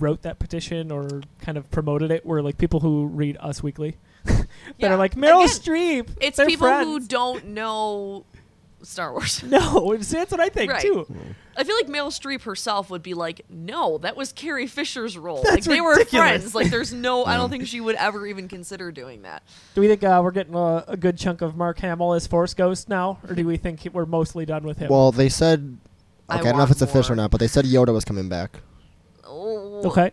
[SPEAKER 3] wrote that petition or kind of promoted it were like people who read Us Weekly. that
[SPEAKER 4] Yeah.
[SPEAKER 3] are like Meryl Streep.
[SPEAKER 4] It's
[SPEAKER 3] they're
[SPEAKER 4] people who
[SPEAKER 3] friends."
[SPEAKER 4] don't know Star Wars.
[SPEAKER 3] No, it's- that's what I think
[SPEAKER 4] Right.
[SPEAKER 3] too.
[SPEAKER 4] I feel like Meryl Streep herself would be like, "No, that was Carrie Fisher's role.
[SPEAKER 3] That's
[SPEAKER 4] like they were
[SPEAKER 3] ridiculous."
[SPEAKER 4] friends. Like there's no, I don't think she would ever even consider doing that."
[SPEAKER 3] Do we think uh, we're getting a, a good chunk of Mark Hamill as Force Ghost now, or do we think we're mostly done with him?
[SPEAKER 5] Well, they said.
[SPEAKER 4] I
[SPEAKER 5] Okay, I, don't know
[SPEAKER 4] want
[SPEAKER 5] if it's official or
[SPEAKER 4] more.
[SPEAKER 5] not, but they said Yoda was coming back.
[SPEAKER 4] Oh.
[SPEAKER 3] okay.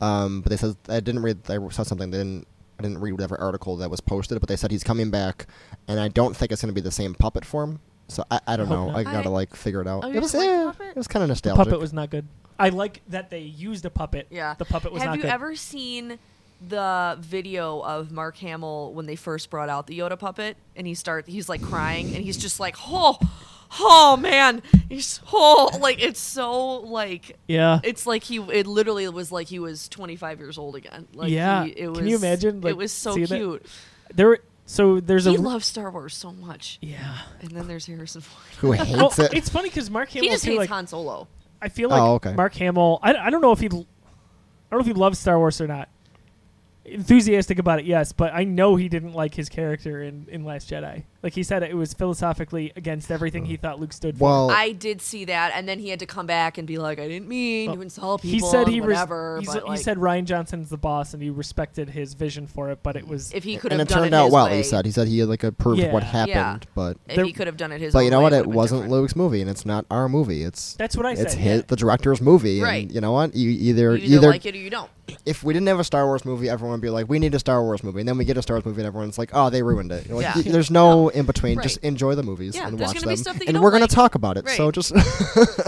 [SPEAKER 5] Um, but they said I didn't read. I saw something. They didn't. I didn't read whatever article that was posted, but they said he's coming back, and I don't think it's going to be the same puppet form. So I, I don't
[SPEAKER 3] I hope
[SPEAKER 5] know.
[SPEAKER 3] not.
[SPEAKER 5] I gotta
[SPEAKER 4] I-
[SPEAKER 5] like figure it out.
[SPEAKER 4] Oh, you
[SPEAKER 5] it was
[SPEAKER 4] just like
[SPEAKER 5] eh,
[SPEAKER 4] puppet?
[SPEAKER 5] it was kind of
[SPEAKER 3] The
[SPEAKER 5] nostalgic.
[SPEAKER 3] puppet was not good. I like that they used a puppet.
[SPEAKER 4] Yeah.
[SPEAKER 3] The puppet was
[SPEAKER 4] Have
[SPEAKER 3] not
[SPEAKER 4] you
[SPEAKER 3] good.
[SPEAKER 4] ever seen the video of Mark Hamill when they first brought out the Yoda puppet and he start he's like crying and he's just like, "Oh, oh man." He's oh, like it's so like
[SPEAKER 3] yeah.
[SPEAKER 4] it's like he it literally was like he was 25 years old again like
[SPEAKER 3] Yeah.
[SPEAKER 4] he, it
[SPEAKER 3] Can
[SPEAKER 4] was
[SPEAKER 3] you imagine, like,
[SPEAKER 4] it was so
[SPEAKER 3] seeing it?
[SPEAKER 4] cute
[SPEAKER 3] there. were- So there's
[SPEAKER 4] he
[SPEAKER 3] a.
[SPEAKER 4] loves star wars so much
[SPEAKER 3] yeah.
[SPEAKER 4] and then there's harrison ford
[SPEAKER 5] Who
[SPEAKER 3] Well,
[SPEAKER 5] hates it?
[SPEAKER 3] Oh, it's funny because Mark Hamill
[SPEAKER 4] he just
[SPEAKER 3] too,
[SPEAKER 4] hates
[SPEAKER 3] like,
[SPEAKER 4] han solo
[SPEAKER 3] I feel like
[SPEAKER 5] Oh, okay.
[SPEAKER 3] Mark Hamill. I, I don't know if he, I don't know if he loves Star Wars or not. Enthusiastic about it, yes, but I know he didn't like his character in in Last Jedi. Like he said, it was philosophically against everything he thought Luke stood for.
[SPEAKER 5] Well,
[SPEAKER 4] i did see that and then he had to come back and be like i didn't mean to insult people
[SPEAKER 3] he said he
[SPEAKER 4] and
[SPEAKER 3] res-
[SPEAKER 4] whatever
[SPEAKER 3] he,
[SPEAKER 4] but,
[SPEAKER 3] said- he
[SPEAKER 4] like,
[SPEAKER 3] said Ryan Johnson's the boss, and he respected his vision for it, but it was
[SPEAKER 4] if he could
[SPEAKER 5] and it
[SPEAKER 4] have done
[SPEAKER 5] turned
[SPEAKER 4] it
[SPEAKER 5] out
[SPEAKER 4] his
[SPEAKER 5] well.
[SPEAKER 4] way,
[SPEAKER 5] He said he said he like approved what
[SPEAKER 3] Yeah.
[SPEAKER 5] happened,
[SPEAKER 4] Yeah.
[SPEAKER 5] but
[SPEAKER 4] if
[SPEAKER 3] There-
[SPEAKER 4] he could have done it his
[SPEAKER 5] but
[SPEAKER 4] own
[SPEAKER 5] you know
[SPEAKER 4] way,
[SPEAKER 5] what?
[SPEAKER 4] it
[SPEAKER 5] It
[SPEAKER 4] would've been
[SPEAKER 5] wasn't
[SPEAKER 4] different.
[SPEAKER 5] Luke's movie, and it's not our movie. It's
[SPEAKER 3] That's what I
[SPEAKER 5] It's
[SPEAKER 3] said,
[SPEAKER 5] his,
[SPEAKER 3] yeah.
[SPEAKER 5] the director's movie,
[SPEAKER 4] Right.
[SPEAKER 5] and you know what? You either
[SPEAKER 4] you either, like it or you don't
[SPEAKER 5] if we didn't have a Star Wars movie, everyone would be like, "We need a Star Wars movie," and then we get a Star Wars movie, and everyone's like, "Oh, they ruined it." You're like,
[SPEAKER 4] Yeah.
[SPEAKER 5] y- There's no in between.
[SPEAKER 4] Right.
[SPEAKER 5] Just enjoy the movies
[SPEAKER 4] Yeah,
[SPEAKER 5] and
[SPEAKER 4] there's
[SPEAKER 5] watch
[SPEAKER 4] gonna be
[SPEAKER 5] them,
[SPEAKER 4] stuff that you
[SPEAKER 5] and
[SPEAKER 4] don't
[SPEAKER 5] we're gonna
[SPEAKER 4] like.
[SPEAKER 5] talk about it. So
[SPEAKER 4] Right.
[SPEAKER 5] just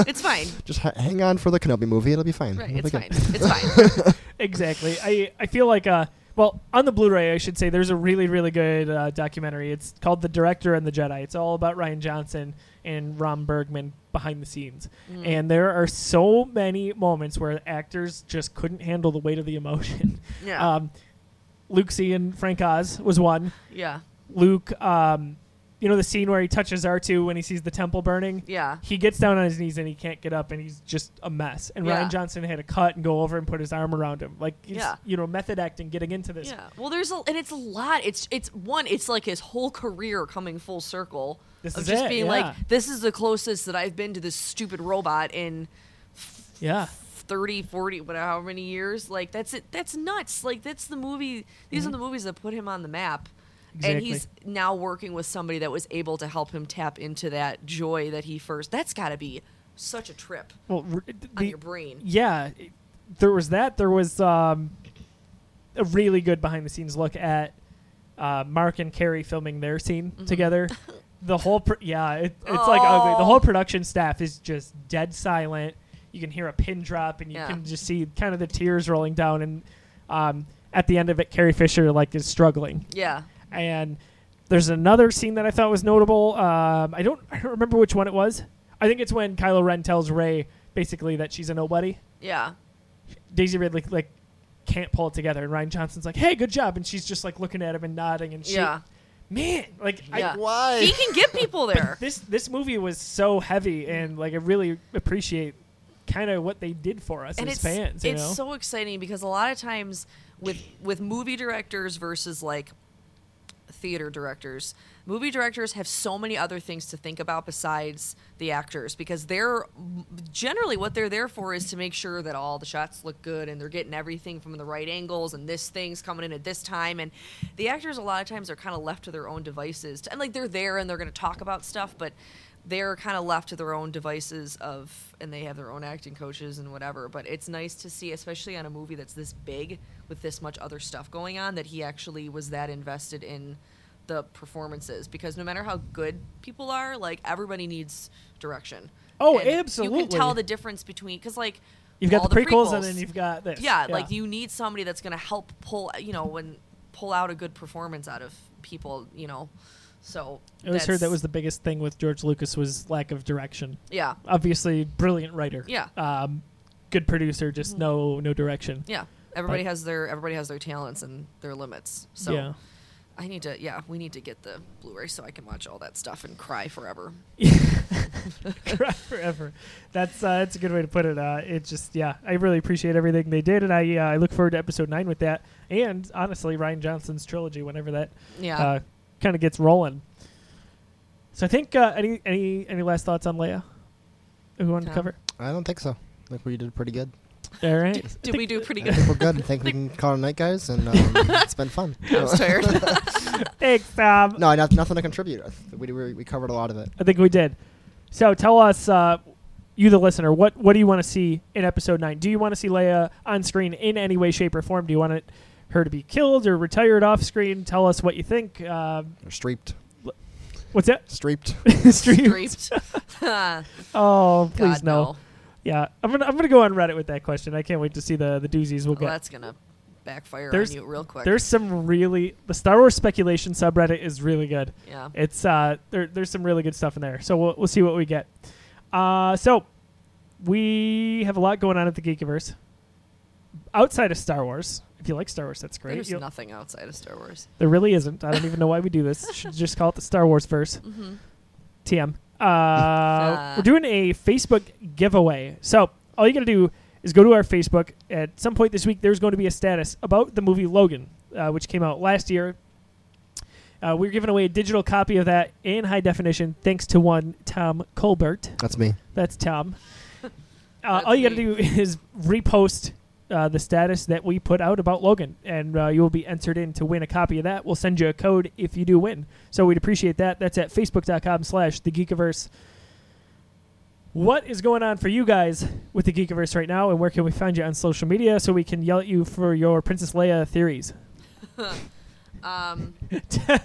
[SPEAKER 4] it's fine
[SPEAKER 5] just ha- hang on for the Kenobi movie. It'll be fine.
[SPEAKER 4] right
[SPEAKER 5] It'll
[SPEAKER 4] it's
[SPEAKER 5] be
[SPEAKER 4] fine
[SPEAKER 5] good.
[SPEAKER 4] it's fine
[SPEAKER 3] exactly. I, I feel like uh well on the Blu-ray I should say there's a really really good uh, documentary. It's called The Director and the Jedi. It's all about Ryan Johnson and Ron Bergman behind the scenes, and there are so many moments where actors just couldn't handle the weight of the emotion.
[SPEAKER 5] Uh,
[SPEAKER 4] yeah
[SPEAKER 3] Um, Luke C and Frank Oz was one.
[SPEAKER 4] yeah
[SPEAKER 3] Luke um, you know the scene where he touches R2 when he sees the temple burning?
[SPEAKER 4] Yeah.
[SPEAKER 3] He gets down on his knees and he can't get up and he's just a mess. And
[SPEAKER 4] Yeah.
[SPEAKER 3] Ryan Johnson had to cut and go over and put his arm around him. Like it's,
[SPEAKER 4] Yeah.
[SPEAKER 3] you know, method acting getting into this.
[SPEAKER 4] Yeah. Well, there's a, and it's a lot. It's it's one. It's like his whole career coming full circle
[SPEAKER 3] This
[SPEAKER 4] of
[SPEAKER 3] is
[SPEAKER 4] just
[SPEAKER 3] it,
[SPEAKER 4] being
[SPEAKER 3] yeah.
[SPEAKER 4] like, this is the closest that I've been to this stupid robot in
[SPEAKER 3] Yeah.
[SPEAKER 4] 30, 40, whatever, however many years. Like that's it. That's nuts. Like that's the movie. These are the movies that put him on the map. And
[SPEAKER 3] Mm-hmm. Exactly.
[SPEAKER 4] he's now working with somebody that was able to help him tap into that joy that he first. That's got to be such a trip
[SPEAKER 3] Well, r- d-
[SPEAKER 4] on
[SPEAKER 3] the-
[SPEAKER 4] your brain.
[SPEAKER 3] yeah, it- there was that. There was um, a really good behind the scenes look at uh, Mark and Carrie filming their scene together. The whole, pr- yeah, it, it's like ugly. The
[SPEAKER 4] Oh.
[SPEAKER 3] whole production staff is just dead silent. You can hear a pin drop, and you
[SPEAKER 4] Yeah.
[SPEAKER 3] can just see kind of the tears rolling down. And um, at the end of it, Carrie Fisher like is struggling,
[SPEAKER 4] Yeah.
[SPEAKER 3] and there's another scene that I thought was notable. Um, I don't, I don't remember which one it was. I think it's when Kylo Ren tells Ray basically that she's a nobody.
[SPEAKER 4] Yeah.
[SPEAKER 3] Daisy Ridley like can't pull it together, and Ryan Johnson's like, "Hey, good job," and she's just like looking at him and nodding, and she,
[SPEAKER 4] Yeah.
[SPEAKER 3] man, like
[SPEAKER 4] Yeah.
[SPEAKER 5] Why?
[SPEAKER 4] He can get people
[SPEAKER 3] I,
[SPEAKER 4] there.
[SPEAKER 3] this this movie was so heavy, and like I really appreciate kind of what they did for us as fans. You
[SPEAKER 4] it's
[SPEAKER 3] know,
[SPEAKER 4] so exciting because a lot of times with with movie directors versus like theater directors movie directors have so many other things to think about besides the actors because they're generally what they're there for is to make sure that all the shots look good and they're getting everything from the right angles and this thing's coming in at this time and the actors a lot of times are kind of left to their own devices and like they're there and they're going to talk about stuff but they're kind of left to their own devices of and they have their own acting coaches and whatever but it's nice to see especially on a movie that's this big with this much other stuff going on that he actually was that invested in the performances because no matter how good people are like everybody needs direction
[SPEAKER 3] Oh,
[SPEAKER 4] you can tell
[SPEAKER 3] absolutely.
[SPEAKER 4] the difference between because like
[SPEAKER 3] you've got
[SPEAKER 4] all
[SPEAKER 3] the prequels, and then you've got this.
[SPEAKER 4] yeah, like you need somebody that's going to help pull, you know, when pull out a good performance out of people, you know. So
[SPEAKER 3] I always heard that
[SPEAKER 4] that's-
[SPEAKER 3] was the biggest thing with George Lucas was lack of direction.
[SPEAKER 4] yeah,
[SPEAKER 3] Obviously, brilliant writer.
[SPEAKER 4] Yeah. Mm-hmm.
[SPEAKER 3] Um, good producer, just no no direction.
[SPEAKER 4] yeah. Everybody
[SPEAKER 3] But-
[SPEAKER 4] has their everybody has their talents and their limits. So
[SPEAKER 3] Yeah.
[SPEAKER 4] I need to yeah, we need to get the Blu-ray so I can watch all that stuff and cry forever.
[SPEAKER 3] Cry forever. That's uh, that's a good way to put it. Uh, it just yeah, I really appreciate everything they did, and I uh, I look forward to episode nine with that. And honestly, Ryan Johnson's trilogy, whenever that
[SPEAKER 4] Yeah.
[SPEAKER 3] uh, kind of gets rolling. So I think uh, any any any last thoughts on Leia? Who want to
[SPEAKER 4] No.
[SPEAKER 3] cover?
[SPEAKER 5] I don't think so. I think we did pretty good.
[SPEAKER 3] All right.
[SPEAKER 4] did,
[SPEAKER 3] I
[SPEAKER 4] did
[SPEAKER 3] think-
[SPEAKER 4] we do pretty
[SPEAKER 5] I
[SPEAKER 4] good?
[SPEAKER 5] think we're good. I think we can call it a night, guys, and um, it's been fun.
[SPEAKER 4] I was tired.
[SPEAKER 3] Thanks, Tom.
[SPEAKER 5] No, I have nothing to contribute. I th- We, we, we covered a lot of it.
[SPEAKER 3] I think we did. So tell us, uh, you the listener, what what do you want to see in episode nine? Do you want to see Leia on screen in any way, shape, or form? Do you want it, her to be killed or retired off screen? Tell us what you think. Uh,
[SPEAKER 5] Or streeped.
[SPEAKER 3] what's that?
[SPEAKER 5] Streeped.
[SPEAKER 3] Stream.
[SPEAKER 4] Draped. God,
[SPEAKER 3] Oh, please no.
[SPEAKER 4] no.
[SPEAKER 3] Yeah, I'm gonna I'm gonna go on Reddit with that question. I can't wait to see the the doozies we'll
[SPEAKER 4] Well,
[SPEAKER 3] get.
[SPEAKER 4] that's gonna backfire
[SPEAKER 3] There's-
[SPEAKER 4] on you real quick.
[SPEAKER 3] There's some really the Star Wars speculation subreddit is really good.
[SPEAKER 4] yeah.
[SPEAKER 3] It's uh, there, there's some really good stuff in there. So we'll, we'll see what we get. Uh, so we have a lot going on at the Geekiverse. Outside of Star Wars, if you like Star Wars, that's great.
[SPEAKER 4] There's
[SPEAKER 3] You'll-
[SPEAKER 4] nothing outside of Star Wars.
[SPEAKER 3] there really isn't. I don't even know why we do this. Should just call it the Star Wars verse. TM. Uh, We're doing a Facebook giveaway. So all you got to do is go to our Facebook. At some point this week, there's going to be a status about the movie Logan, uh, which came out last year. Uh, we're giving away a digital copy of that in high definition, thanks to one Tom Colbert.
[SPEAKER 5] That's me.
[SPEAKER 3] That's Tom. Uh,
[SPEAKER 4] That's
[SPEAKER 3] all you got to
[SPEAKER 4] me.
[SPEAKER 3] do is repost uh, the status that we put out about Logan, and uh, you will be entered in to win a copy of that. We'll send you a code if you do win. So we'd appreciate that. That's at facebook.com slash the Geekiverse. What is going on for you guys with the Geekiverse right now, and where can we find you on social media so we can yell at you for your Princess Leia theories?
[SPEAKER 4] Um,
[SPEAKER 3] Uh,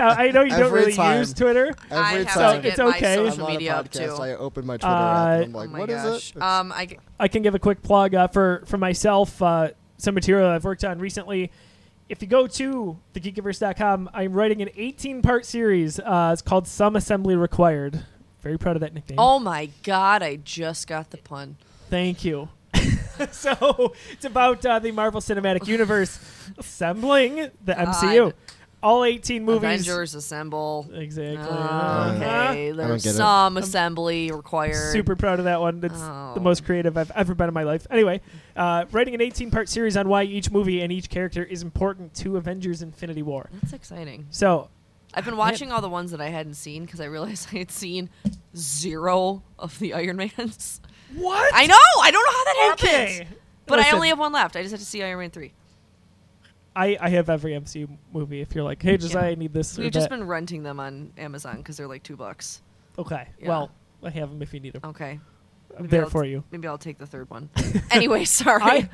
[SPEAKER 3] I know you don't
[SPEAKER 5] Every
[SPEAKER 3] really
[SPEAKER 5] time.
[SPEAKER 3] use Twitter.
[SPEAKER 4] I
[SPEAKER 5] Every
[SPEAKER 4] have
[SPEAKER 5] time.
[SPEAKER 4] to
[SPEAKER 3] It's
[SPEAKER 4] get my
[SPEAKER 3] okay.
[SPEAKER 5] I'm
[SPEAKER 4] social
[SPEAKER 5] on a
[SPEAKER 4] media up
[SPEAKER 5] podcast,
[SPEAKER 4] too.
[SPEAKER 5] I open my Twitter
[SPEAKER 3] Uh,
[SPEAKER 5] app and I'm
[SPEAKER 4] oh
[SPEAKER 5] like,
[SPEAKER 4] my
[SPEAKER 5] what is
[SPEAKER 4] gosh.
[SPEAKER 5] it?
[SPEAKER 4] Um, I g-
[SPEAKER 3] I can give a quick plug uh, for for myself. Uh, some material I've worked on recently. If you go to thegeekiverse.com, I'm writing an 18 part series. Uh, it's called Some Assembly Required. Very proud of that nickname.
[SPEAKER 4] oh my god, I just got the pun.
[SPEAKER 3] Thank you. so it's about uh, the Marvel Cinematic Universe assembling the MCU. all 18 movies.
[SPEAKER 4] Avengers assemble.
[SPEAKER 3] Exactly.
[SPEAKER 4] Uh-huh.
[SPEAKER 3] Uh-huh.
[SPEAKER 4] Okay,
[SPEAKER 5] I don't
[SPEAKER 4] there's
[SPEAKER 5] get it.
[SPEAKER 4] some assembly required.
[SPEAKER 3] Super proud of that one. That's the
[SPEAKER 4] Oh.
[SPEAKER 3] most creative I've ever been in my life. Anyway, uh, writing an 18 part series on why each movie and each character is important to Avengers Infinity War.
[SPEAKER 4] That's exciting.
[SPEAKER 3] So,
[SPEAKER 4] I've been watching all the ones that I hadn't seen because I realized I had seen zero of the Iron Mans.
[SPEAKER 3] what?
[SPEAKER 4] I know. I don't know how that happened.
[SPEAKER 3] Okay.
[SPEAKER 4] But
[SPEAKER 3] Listen.
[SPEAKER 4] I only have one left. I just have to see Iron Man three.
[SPEAKER 3] I, I have every MCU movie if you're like, hey, Josiah, I need this. or
[SPEAKER 4] We've just
[SPEAKER 3] that."
[SPEAKER 4] been renting them on Amazon because they're like two bucks.
[SPEAKER 3] Okay.
[SPEAKER 4] Yeah. Oh,
[SPEAKER 3] Well, I have them if you need them.
[SPEAKER 4] Okay.
[SPEAKER 3] I'm
[SPEAKER 4] Maybe
[SPEAKER 3] there
[SPEAKER 4] I'll-
[SPEAKER 3] for you.
[SPEAKER 4] Maybe I'll take the third one. anyway, sorry.
[SPEAKER 3] I-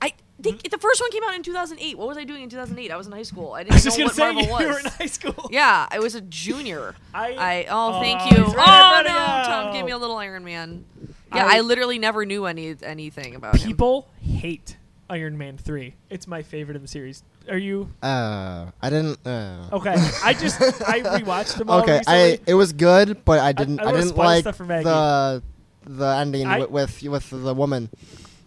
[SPEAKER 4] I, think the first one came out in 2008. What was I doing in 2008? I was in high school. I
[SPEAKER 3] I
[SPEAKER 4] didn't
[SPEAKER 3] was just
[SPEAKER 4] know
[SPEAKER 3] going
[SPEAKER 4] what
[SPEAKER 3] to say,
[SPEAKER 4] Marvel
[SPEAKER 3] you
[SPEAKER 4] was.
[SPEAKER 3] were in high school.
[SPEAKER 4] Yeah, I was a junior.
[SPEAKER 3] I-
[SPEAKER 4] I, oh, thank
[SPEAKER 3] Oh,
[SPEAKER 4] you.
[SPEAKER 3] he's
[SPEAKER 4] Oh
[SPEAKER 3] right, everybody
[SPEAKER 4] no,
[SPEAKER 3] out.
[SPEAKER 4] Tom, give me a little Iron Man. Yeah,
[SPEAKER 3] I-
[SPEAKER 4] I, literally never knew any anything about him.
[SPEAKER 3] People hate Iron Man 3. It's my favorite in the series. Are you
[SPEAKER 5] Uh, I didn't. Uh,
[SPEAKER 3] Okay, I just I rewatched them all.
[SPEAKER 5] okay, I
[SPEAKER 3] recently.
[SPEAKER 5] it was good, but I didn't.
[SPEAKER 3] I
[SPEAKER 5] I,
[SPEAKER 3] wanna
[SPEAKER 5] didn't
[SPEAKER 3] spoil
[SPEAKER 5] like
[SPEAKER 3] stuff for Maggie.
[SPEAKER 5] the the ending
[SPEAKER 3] I-
[SPEAKER 5] wi- with with the woman.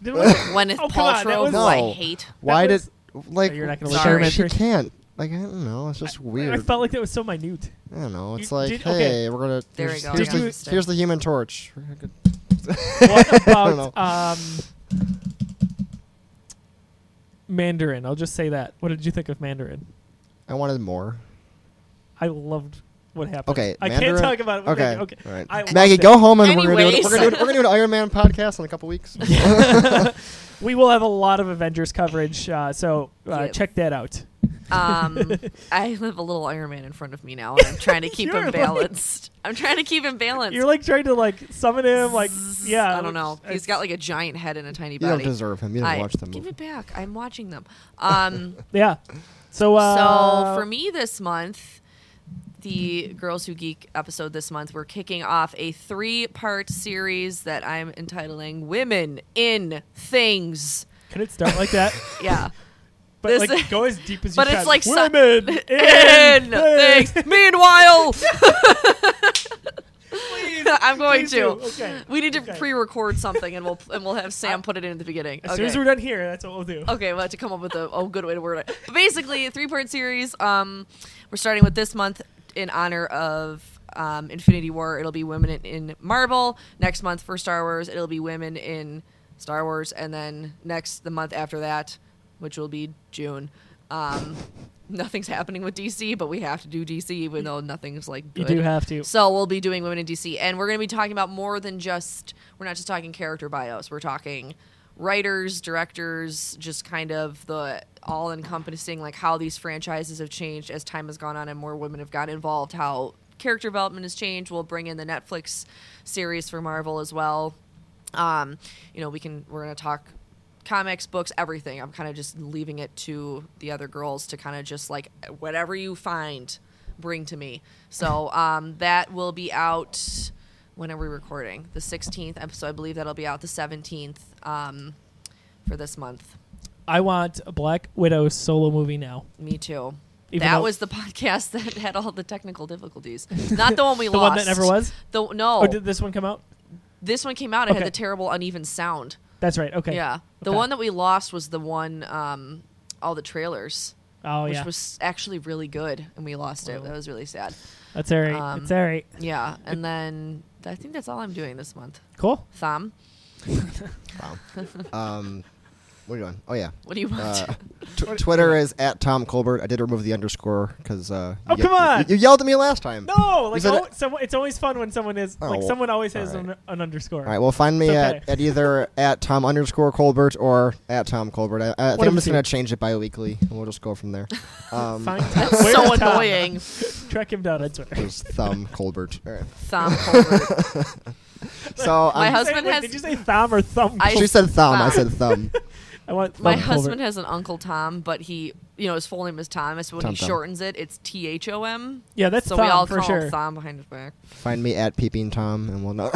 [SPEAKER 3] There was-
[SPEAKER 4] Gwyneth
[SPEAKER 3] Oh, come on,
[SPEAKER 4] Paltrow,
[SPEAKER 3] that was-
[SPEAKER 4] who
[SPEAKER 5] No.
[SPEAKER 4] I hate.
[SPEAKER 5] Why
[SPEAKER 3] was-
[SPEAKER 5] did like
[SPEAKER 3] Oh, you're not gonna
[SPEAKER 4] look Sorry. at it,
[SPEAKER 5] she
[SPEAKER 3] Trish?
[SPEAKER 5] can't? Like I don't know. It's just weird.
[SPEAKER 3] I felt like that was so minute.
[SPEAKER 5] I don't know. It's
[SPEAKER 3] You-
[SPEAKER 5] like,
[SPEAKER 3] did-
[SPEAKER 5] hey,
[SPEAKER 3] okay.
[SPEAKER 5] we're gonna.
[SPEAKER 4] There
[SPEAKER 5] here's,
[SPEAKER 4] we go,
[SPEAKER 5] Here's,
[SPEAKER 4] I
[SPEAKER 5] the,
[SPEAKER 4] understand.
[SPEAKER 5] here's the Human Torch.
[SPEAKER 3] What
[SPEAKER 5] don't
[SPEAKER 3] about um, Mandarin? I'll just say that. What did you think of Mandarin?
[SPEAKER 5] I wanted more.
[SPEAKER 3] I loved what happened.
[SPEAKER 5] Okay,
[SPEAKER 3] I
[SPEAKER 5] Mandarin-
[SPEAKER 3] can't talk about it.
[SPEAKER 5] Okay,
[SPEAKER 3] okay.
[SPEAKER 5] all right.
[SPEAKER 3] I loved
[SPEAKER 5] Maggie,
[SPEAKER 3] it.
[SPEAKER 5] go home and we're gonna, do, it-
[SPEAKER 4] Anyways.
[SPEAKER 5] we're, gonna do, it- we're gonna do an Iron Man podcast in a couple weeks.
[SPEAKER 3] We will have a lot of Avengers coverage, uh, so uh,
[SPEAKER 4] Yes.
[SPEAKER 3] check that out.
[SPEAKER 4] Um, I have a little Iron Man in front of me now, and I'm trying to keep
[SPEAKER 3] You're
[SPEAKER 4] him
[SPEAKER 3] like-
[SPEAKER 4] balanced. I'm trying to keep him balanced.
[SPEAKER 3] You're like trying to like summon him, like yeah. Uh,
[SPEAKER 4] I don't know.
[SPEAKER 3] it's-
[SPEAKER 4] He's got like a giant head and a tiny
[SPEAKER 5] you don't
[SPEAKER 4] body.
[SPEAKER 5] deserve him. You didn't
[SPEAKER 4] I,
[SPEAKER 5] watch the
[SPEAKER 4] give
[SPEAKER 5] movie.
[SPEAKER 4] it back. I'm watching them. Um,
[SPEAKER 3] yeah. So uh,
[SPEAKER 4] so for me this month, the Girls Who Geek episode this month, we're kicking off a three-part series that I'm entitling "Women in Things."
[SPEAKER 3] can it start like that?
[SPEAKER 4] Yeah,
[SPEAKER 3] But
[SPEAKER 4] This-
[SPEAKER 3] like go as deep as
[SPEAKER 4] but
[SPEAKER 3] you
[SPEAKER 4] it's
[SPEAKER 3] can.
[SPEAKER 4] like su-
[SPEAKER 3] women
[SPEAKER 4] in
[SPEAKER 3] things.
[SPEAKER 4] things. Meanwhile, I'm going
[SPEAKER 3] Please
[SPEAKER 4] to.
[SPEAKER 3] do. Okay.
[SPEAKER 4] We need to
[SPEAKER 3] Okay.
[SPEAKER 4] pre-record something, and we'll and we'll have Sam put it in at the beginning.
[SPEAKER 3] As soon as
[SPEAKER 4] Okay.
[SPEAKER 3] we're done here, that's what we'll do.
[SPEAKER 4] Okay, we'll have to come up with a oh, good way to word it. But basically, a three part series. Um, we're starting with this month in honor of um, Infinity War. It'll be women in, in Marvel. Next month for Star Wars, it'll be women in Star Wars, and then next the month after that, which will be June. Um, nothing's happening with DC, but we have to do DC, even though nothing's like
[SPEAKER 3] You
[SPEAKER 4] good.
[SPEAKER 3] do have to.
[SPEAKER 4] So we'll be doing women in DC, and we're going to be talking about more than just. We're not just talking character bios. We're talking writers, directors, just kind of the all-encompassing, like how these franchises have changed as time has gone on, and more women have gotten involved. How character development has changed. We'll bring in the Netflix series for Marvel as well. Um, you know, we can. We're going to talk comics, books, everything. I'm kind of just leaving it to the other girls to kind of just like whatever you find, bring to me. So um, that will be out. When are we recording? The 16th. Um, So I believe that'll be out the 17th um, for this month.
[SPEAKER 3] I want a Black Widow solo movie now.
[SPEAKER 4] Me too.
[SPEAKER 3] Even
[SPEAKER 4] that
[SPEAKER 3] though-
[SPEAKER 4] was the podcast that had all the technical difficulties. Not the one we
[SPEAKER 3] The
[SPEAKER 4] lost.
[SPEAKER 3] one that never was?
[SPEAKER 4] The, no.
[SPEAKER 3] Oh, did this one come out?
[SPEAKER 4] this one came out. It
[SPEAKER 3] Okay.
[SPEAKER 4] had the terrible uneven sound.
[SPEAKER 3] That's right. Okay.
[SPEAKER 4] Yeah. The
[SPEAKER 3] Okay.
[SPEAKER 4] one that we lost was the one, um, all the trailers.
[SPEAKER 3] Oh
[SPEAKER 4] which
[SPEAKER 3] yeah.
[SPEAKER 4] was actually really good, and we lost it. That was really sad.
[SPEAKER 3] that's all right.
[SPEAKER 4] um,
[SPEAKER 3] it's all right.
[SPEAKER 4] Yeah, and then I think that's all I'm doing this month.
[SPEAKER 3] Cool.
[SPEAKER 4] Thom,
[SPEAKER 5] Um, what are you doing? Oh yeah.
[SPEAKER 4] what do you want?
[SPEAKER 5] Uh, tw- Twitter is at Tom Colbert. I did remove the underscore because uh,
[SPEAKER 3] Oh,
[SPEAKER 5] you-
[SPEAKER 3] come on!
[SPEAKER 5] you, you yelled at me last time.
[SPEAKER 3] No, like
[SPEAKER 5] said-
[SPEAKER 3] oh, so, it's always fun when someone is
[SPEAKER 5] Oh,
[SPEAKER 3] like
[SPEAKER 5] well,
[SPEAKER 3] someone always has
[SPEAKER 5] all
[SPEAKER 3] an, an underscore.
[SPEAKER 5] All right, well, find me
[SPEAKER 3] It's
[SPEAKER 5] at,
[SPEAKER 3] okay.
[SPEAKER 5] at either at Tom underscore Colbert or at Tom Colbert. I, I think
[SPEAKER 3] of
[SPEAKER 5] I'm
[SPEAKER 3] the
[SPEAKER 5] just going
[SPEAKER 3] two.
[SPEAKER 5] to change it bi-weekly, and we'll just go from there. Um,
[SPEAKER 3] Find
[SPEAKER 4] that's
[SPEAKER 3] Where's
[SPEAKER 4] so
[SPEAKER 3] Tom?
[SPEAKER 4] annoying.
[SPEAKER 3] Track him down on Twitter.
[SPEAKER 5] there's Thumb Colbert. All right.
[SPEAKER 4] Thom Colbert.
[SPEAKER 5] So
[SPEAKER 4] My
[SPEAKER 5] um,
[SPEAKER 4] hus-
[SPEAKER 3] Wait,
[SPEAKER 4] Husband
[SPEAKER 3] wait,
[SPEAKER 4] has-
[SPEAKER 3] Did you say thumb or thumb?
[SPEAKER 4] I-
[SPEAKER 5] she said thumb. I
[SPEAKER 4] Thumb.
[SPEAKER 5] said thumb.
[SPEAKER 3] I want thumb
[SPEAKER 4] My
[SPEAKER 3] Colbert.
[SPEAKER 4] husband has an uncle Tom, but he, you know, his full name is Thomas. But when
[SPEAKER 5] Tom
[SPEAKER 4] he
[SPEAKER 5] Thom.
[SPEAKER 4] shortens it, it's T H O M.
[SPEAKER 3] Yeah, that's
[SPEAKER 4] so
[SPEAKER 3] Thom
[SPEAKER 4] we all
[SPEAKER 3] for
[SPEAKER 4] call
[SPEAKER 3] sure.
[SPEAKER 4] him Thom behind his back.
[SPEAKER 5] Find me at Peeping Tom, and we'll know.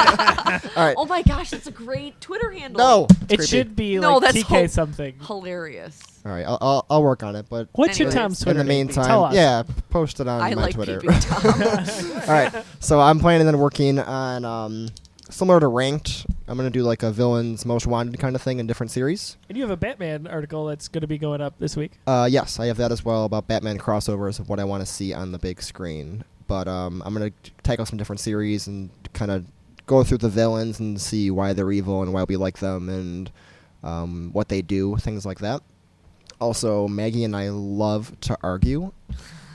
[SPEAKER 4] Oh my gosh, that's a great Twitter handle.
[SPEAKER 5] no, it's
[SPEAKER 3] It
[SPEAKER 5] creepy.
[SPEAKER 3] should be
[SPEAKER 4] No,
[SPEAKER 3] like
[SPEAKER 4] that's
[SPEAKER 3] TK
[SPEAKER 4] whole-
[SPEAKER 3] something.
[SPEAKER 4] hilarious.
[SPEAKER 5] All right, I'll, I'll, I'll work on it, but
[SPEAKER 3] What's your
[SPEAKER 4] Anyways.
[SPEAKER 3] Tom's
[SPEAKER 5] in
[SPEAKER 3] Twitter?
[SPEAKER 5] the
[SPEAKER 3] name?
[SPEAKER 5] meantime,
[SPEAKER 3] Tell us.
[SPEAKER 5] yeah, post it on
[SPEAKER 4] I
[SPEAKER 5] my
[SPEAKER 4] like
[SPEAKER 5] Twitter.
[SPEAKER 4] peeping Tom.
[SPEAKER 5] All right. So I'm planning on working on um, similar to ranked I'm gonna do like a villains most wanted kind of thing in different series.
[SPEAKER 3] And you have a Batman article that's going to be going up this week.
[SPEAKER 5] Uh, yes, I have that as well about Batman crossovers of what I want to see on the big screen. But um, I'm gonna t- tackle some different series and kind of go through the villains and see why they're evil and why we like them and um, what they do, things like that. Also, Maggie and I love to argue,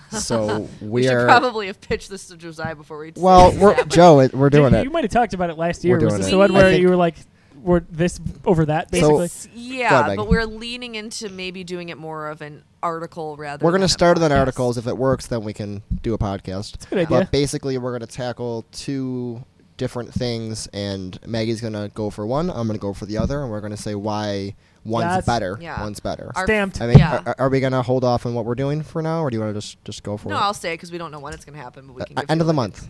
[SPEAKER 5] so
[SPEAKER 4] We
[SPEAKER 5] we
[SPEAKER 4] should
[SPEAKER 5] are
[SPEAKER 4] probably have pitched this to Josiah before we.
[SPEAKER 5] well. We're, Joe, it- we're doing
[SPEAKER 3] you,
[SPEAKER 5] it.
[SPEAKER 3] you might have talked about it last year.
[SPEAKER 5] We're
[SPEAKER 3] Was
[SPEAKER 5] doing
[SPEAKER 3] this
[SPEAKER 4] it.
[SPEAKER 3] the one
[SPEAKER 4] I
[SPEAKER 3] where
[SPEAKER 5] think-
[SPEAKER 3] you were like, "We're this over that"? Basically,
[SPEAKER 4] S-
[SPEAKER 5] Go ahead,
[SPEAKER 4] Yeah,
[SPEAKER 5] Megan.
[SPEAKER 4] but we're leaning into maybe doing it more of an article rather.
[SPEAKER 5] We're going
[SPEAKER 4] than
[SPEAKER 5] to
[SPEAKER 4] a
[SPEAKER 5] start with an
[SPEAKER 4] podcast.
[SPEAKER 5] articles. If it works, then we can do a podcast.
[SPEAKER 3] good idea.
[SPEAKER 5] But basically, we're going to tackle two different things, and Maggie's going to go for one. I'm going to go for the other, and we're going to say why one's
[SPEAKER 3] That's-
[SPEAKER 5] better.
[SPEAKER 4] Yeah.
[SPEAKER 5] One's better.
[SPEAKER 4] Our-
[SPEAKER 3] stamped.
[SPEAKER 5] I uh, mean,
[SPEAKER 4] yeah.
[SPEAKER 5] are, are we going to hold off on what we're doing for now, or do you want to just, just go for
[SPEAKER 4] No,
[SPEAKER 5] it?
[SPEAKER 4] I'll say because we don't know when it's going to happen, but we can.
[SPEAKER 5] Uh,
[SPEAKER 4] give
[SPEAKER 5] end
[SPEAKER 4] you
[SPEAKER 5] of the
[SPEAKER 4] like-
[SPEAKER 5] month.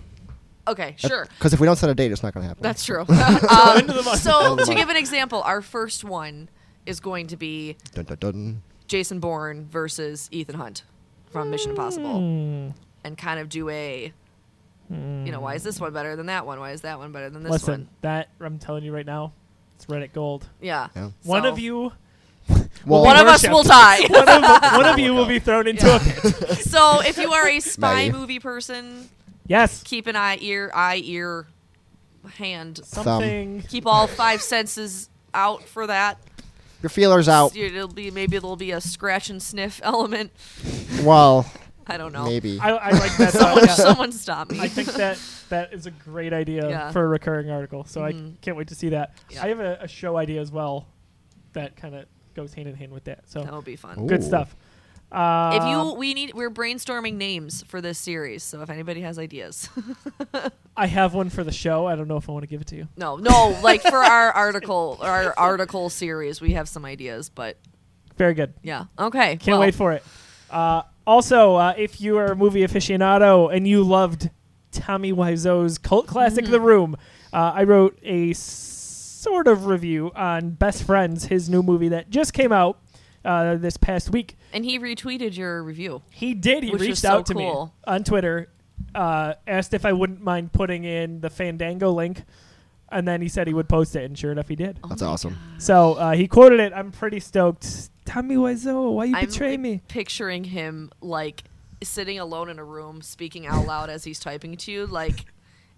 [SPEAKER 4] Okay, sure.
[SPEAKER 5] Because if we don't set a date, it's not going to happen.
[SPEAKER 4] That's true. Um, so,
[SPEAKER 5] the
[SPEAKER 4] to
[SPEAKER 5] month.
[SPEAKER 4] give an example, our first one is going to be
[SPEAKER 5] Dun, dun, dun.
[SPEAKER 4] Jason Bourne versus Ethan Hunt from Mission Impossible,
[SPEAKER 3] Hmm.
[SPEAKER 4] and kind of do a, you know, why is this one better than that one? Why is that one better than this
[SPEAKER 3] Listen,
[SPEAKER 4] one?
[SPEAKER 3] that I'm telling you right now, it's Reddit gold.
[SPEAKER 4] Yeah.
[SPEAKER 5] Yeah.
[SPEAKER 3] One
[SPEAKER 4] So,
[SPEAKER 3] of you,
[SPEAKER 5] Well,
[SPEAKER 4] One of us
[SPEAKER 3] worshipped.
[SPEAKER 4] will die.
[SPEAKER 3] one of, one of you will be thrown into a pit.
[SPEAKER 4] so if you are a spy
[SPEAKER 5] Maggie.
[SPEAKER 4] movie person,
[SPEAKER 3] Yes,
[SPEAKER 4] keep an eye, ear, eye, ear, hand.
[SPEAKER 3] something.
[SPEAKER 4] Keep all five senses out for that.
[SPEAKER 5] your feelers out.
[SPEAKER 4] It'll be maybe there'll be a scratch and sniff element.
[SPEAKER 5] Well,
[SPEAKER 4] I don't know.
[SPEAKER 5] maybe.
[SPEAKER 3] I, I like that. thought,
[SPEAKER 4] Someone,
[SPEAKER 3] yeah.
[SPEAKER 4] someone stop me.
[SPEAKER 3] I think that that is a great idea
[SPEAKER 4] Yeah. Mm-hmm.
[SPEAKER 3] for a recurring article. So I can't wait to see that.
[SPEAKER 4] Yeah.
[SPEAKER 3] I have a, a show idea as well that kind of goes hand in hand with that. So
[SPEAKER 4] that will be fun.
[SPEAKER 5] Ooh.
[SPEAKER 3] good stuff. Um,
[SPEAKER 4] Oh. If you, we need, we're brainstorming names for this series. So if anybody has ideas,
[SPEAKER 3] I have one for the show. I don't know if I want to give it to you.
[SPEAKER 4] no, no, like for our article, our article series, we have some ideas, but
[SPEAKER 3] Very good.
[SPEAKER 4] yeah, okay.
[SPEAKER 3] Can't wait for it. Uh, also, uh, if you are a movie aficionado and you loved Tommy Wiseau's cult classic
[SPEAKER 4] Mm-hmm.
[SPEAKER 3] The Room, uh, I wrote a s- sort of review on Best Friends, his new movie that just came out uh, this past week.
[SPEAKER 4] And he retweeted your review.
[SPEAKER 3] He did. He
[SPEAKER 4] Which was
[SPEAKER 3] reached
[SPEAKER 4] so
[SPEAKER 3] out to
[SPEAKER 4] cool.
[SPEAKER 3] me on Twitter, uh, asked if I wouldn't mind putting in the Fandango link, and then he said he would post it, and sure enough, he did.
[SPEAKER 4] Oh
[SPEAKER 5] That's awesome.
[SPEAKER 3] So uh, he quoted it. I'm pretty stoked. Tommy Wiseau, why you
[SPEAKER 4] I'm
[SPEAKER 3] betray
[SPEAKER 4] like,
[SPEAKER 3] me?
[SPEAKER 4] picturing him like sitting alone in a room, speaking out loud as he's typing to you, like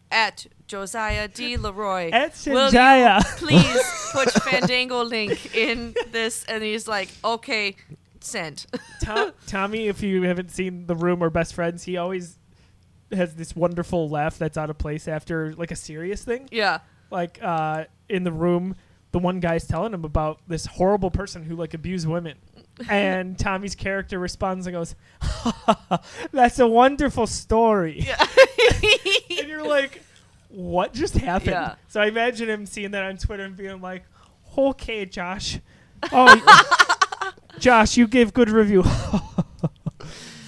[SPEAKER 4] at Josiah D. Leroy.
[SPEAKER 3] At
[SPEAKER 4] will you
[SPEAKER 3] Shinjaya.
[SPEAKER 4] please put Fandango link in this? And he's like, okay, send.
[SPEAKER 3] Tom, Tommy, if you haven't seen The Room or Best Friends, he always has this wonderful laugh that's out of place after like a serious thing.
[SPEAKER 4] yeah.
[SPEAKER 3] Like uh, in the room, the one guy's telling him about this horrible person who like abused women, and Tommy's character responds and goes, "That's a wonderful story." and you're like, "What just happened?"
[SPEAKER 4] Yeah.
[SPEAKER 3] So I imagine him seeing that on Twitter and being like, "Okay, Josh. Oh, Josh, you give good review."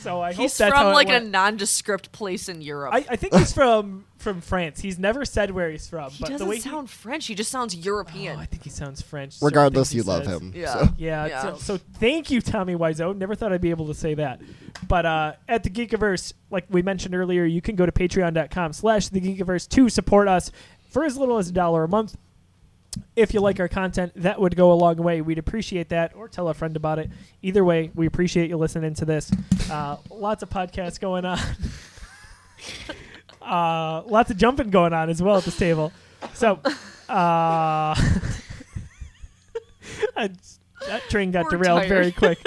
[SPEAKER 3] so I hope
[SPEAKER 4] He's
[SPEAKER 3] that's how
[SPEAKER 4] from
[SPEAKER 3] it
[SPEAKER 4] like a
[SPEAKER 3] went.
[SPEAKER 4] nondescript place in Europe.
[SPEAKER 3] I, I think he's from from France. He's never said where he's from,
[SPEAKER 4] he
[SPEAKER 3] but the
[SPEAKER 4] doesn't
[SPEAKER 3] way
[SPEAKER 4] sound French. He just sounds
[SPEAKER 3] he,
[SPEAKER 4] European.
[SPEAKER 3] oh, I think he sounds French. certain
[SPEAKER 5] Regardless,
[SPEAKER 3] things
[SPEAKER 5] you
[SPEAKER 3] he
[SPEAKER 5] love
[SPEAKER 3] says.
[SPEAKER 5] him.
[SPEAKER 4] Yeah.
[SPEAKER 5] so.
[SPEAKER 3] Yeah.
[SPEAKER 4] Yeah.
[SPEAKER 3] So, so thank you, Tommy Wiseau. Never thought I'd be able to say that. But uh, at the Geekiverse, like we mentioned earlier, you can go to patreon.com slash the Geekiverse to support us for as little as a dollar a month. If you like our content, that would go a long way. We'd appreciate that or tell a friend about it. Either way, we appreciate you listening to this. Uh, lots of podcasts going on. Uh, lots of jumping going on as well at this table. So, uh, I- that train got
[SPEAKER 4] We're
[SPEAKER 3] derailed
[SPEAKER 4] tired.
[SPEAKER 3] very quick.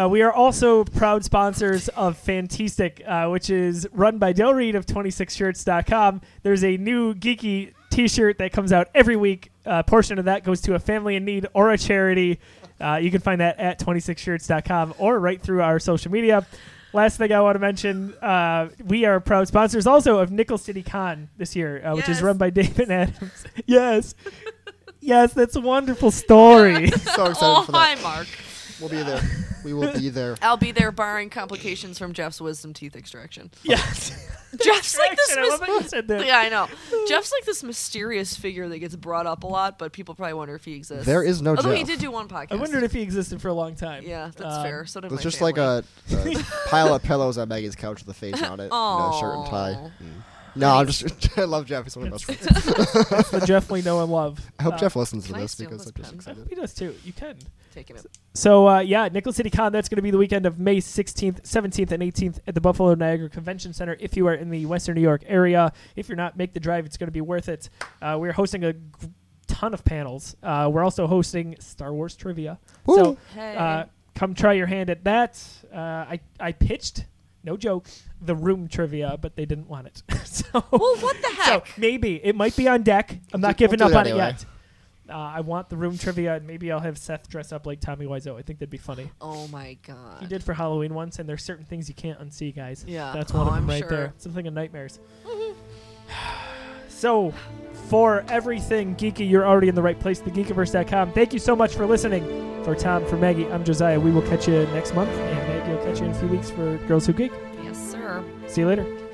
[SPEAKER 3] Uh, we are also proud sponsors of Fantastic, uh, which is run by Del Reed of 26shirts.com. There's a new geeky t shirt that comes out every week. A portion of that goes to a family in need or a charity. Uh, you can find that at 26shirts.com or right through our social media. Last thing I want to mention uh, we are proud sponsors also of Nickel City Con this year, uh, which is
[SPEAKER 4] Yes.
[SPEAKER 3] run by David Adams. yes. Yes, that's a wonderful story.
[SPEAKER 5] So excited
[SPEAKER 4] oh,
[SPEAKER 5] for that.
[SPEAKER 4] hi, Mark.
[SPEAKER 5] We'll be there. We will be there.
[SPEAKER 4] I'll be there barring complications from Jeff's wisdom teeth extraction.
[SPEAKER 3] yes.
[SPEAKER 4] Jeff's like this
[SPEAKER 3] Action, I love how you said that.
[SPEAKER 4] yeah, I know. Jeff's like this mysterious figure that gets brought up a lot, but people probably wonder if he exists.
[SPEAKER 5] There is no
[SPEAKER 4] Although he
[SPEAKER 5] Jeff.
[SPEAKER 4] did do one podcast.
[SPEAKER 3] I wondered if he existed for a long time.
[SPEAKER 4] Yeah, that's
[SPEAKER 3] Um,
[SPEAKER 4] fair. So did
[SPEAKER 5] There's
[SPEAKER 4] my
[SPEAKER 5] just
[SPEAKER 4] family.
[SPEAKER 5] like a, a pile of pillows on Maggie's couch with a face on it, and a shirt and tie.
[SPEAKER 4] Aw.
[SPEAKER 5] Mm. No, I'm just. I love Jeff. He's one of my best friends.
[SPEAKER 3] That's the Jeff we know and love.
[SPEAKER 5] I hope
[SPEAKER 3] Uh,
[SPEAKER 5] Jeff listens to
[SPEAKER 4] can I
[SPEAKER 5] this
[SPEAKER 4] steal
[SPEAKER 5] because
[SPEAKER 4] his
[SPEAKER 5] I'm just
[SPEAKER 3] I
[SPEAKER 4] pen?
[SPEAKER 5] excited.
[SPEAKER 3] hope he does too. You can.
[SPEAKER 4] Taking it.
[SPEAKER 3] So uh, yeah, Nickel City Con. That's going to be the weekend of May 16th, 17th, and 18th at the Buffalo Niagara Convention Center. If you are in the Western New York area, if you're not, make the drive. It's going to be worth it. Uh, we're hosting a g- ton of panels. Uh, we're also hosting Star Wars trivia. So
[SPEAKER 5] Woo.
[SPEAKER 4] Hey.
[SPEAKER 3] uh, come try your hand at that. Uh, I I pitched, no joke, the room trivia, but they didn't want it. so
[SPEAKER 4] well, what the
[SPEAKER 3] oh. so
[SPEAKER 4] heck?
[SPEAKER 3] maybe it might be on deck. I'm not
[SPEAKER 5] We'll
[SPEAKER 3] giving
[SPEAKER 5] do
[SPEAKER 3] up
[SPEAKER 5] it
[SPEAKER 3] on it
[SPEAKER 5] anyway.
[SPEAKER 3] yet. Uh, I want the room trivia, and maybe I'll have Seth dress up like Tommy Wiseau. I think that'd be funny.
[SPEAKER 4] oh my
[SPEAKER 3] He
[SPEAKER 4] god.
[SPEAKER 3] did for Halloween once, and there's certain things you can't unsee, guys.
[SPEAKER 4] Yeah.
[SPEAKER 3] that's one
[SPEAKER 4] Oh,
[SPEAKER 3] of them
[SPEAKER 4] I'm
[SPEAKER 3] right
[SPEAKER 4] sure. Mm-hmm.
[SPEAKER 3] there. Something of nightmares. so, for everything geeky, you're already in the right place. TheGeekiverse.com. Thank you so much for listening. For Tom, for Maggie, I'm Josiah. We will catch you next month, and Maggie will catch you in a few weeks for Girls Who Geek.
[SPEAKER 4] Yes, sir.
[SPEAKER 3] See you later.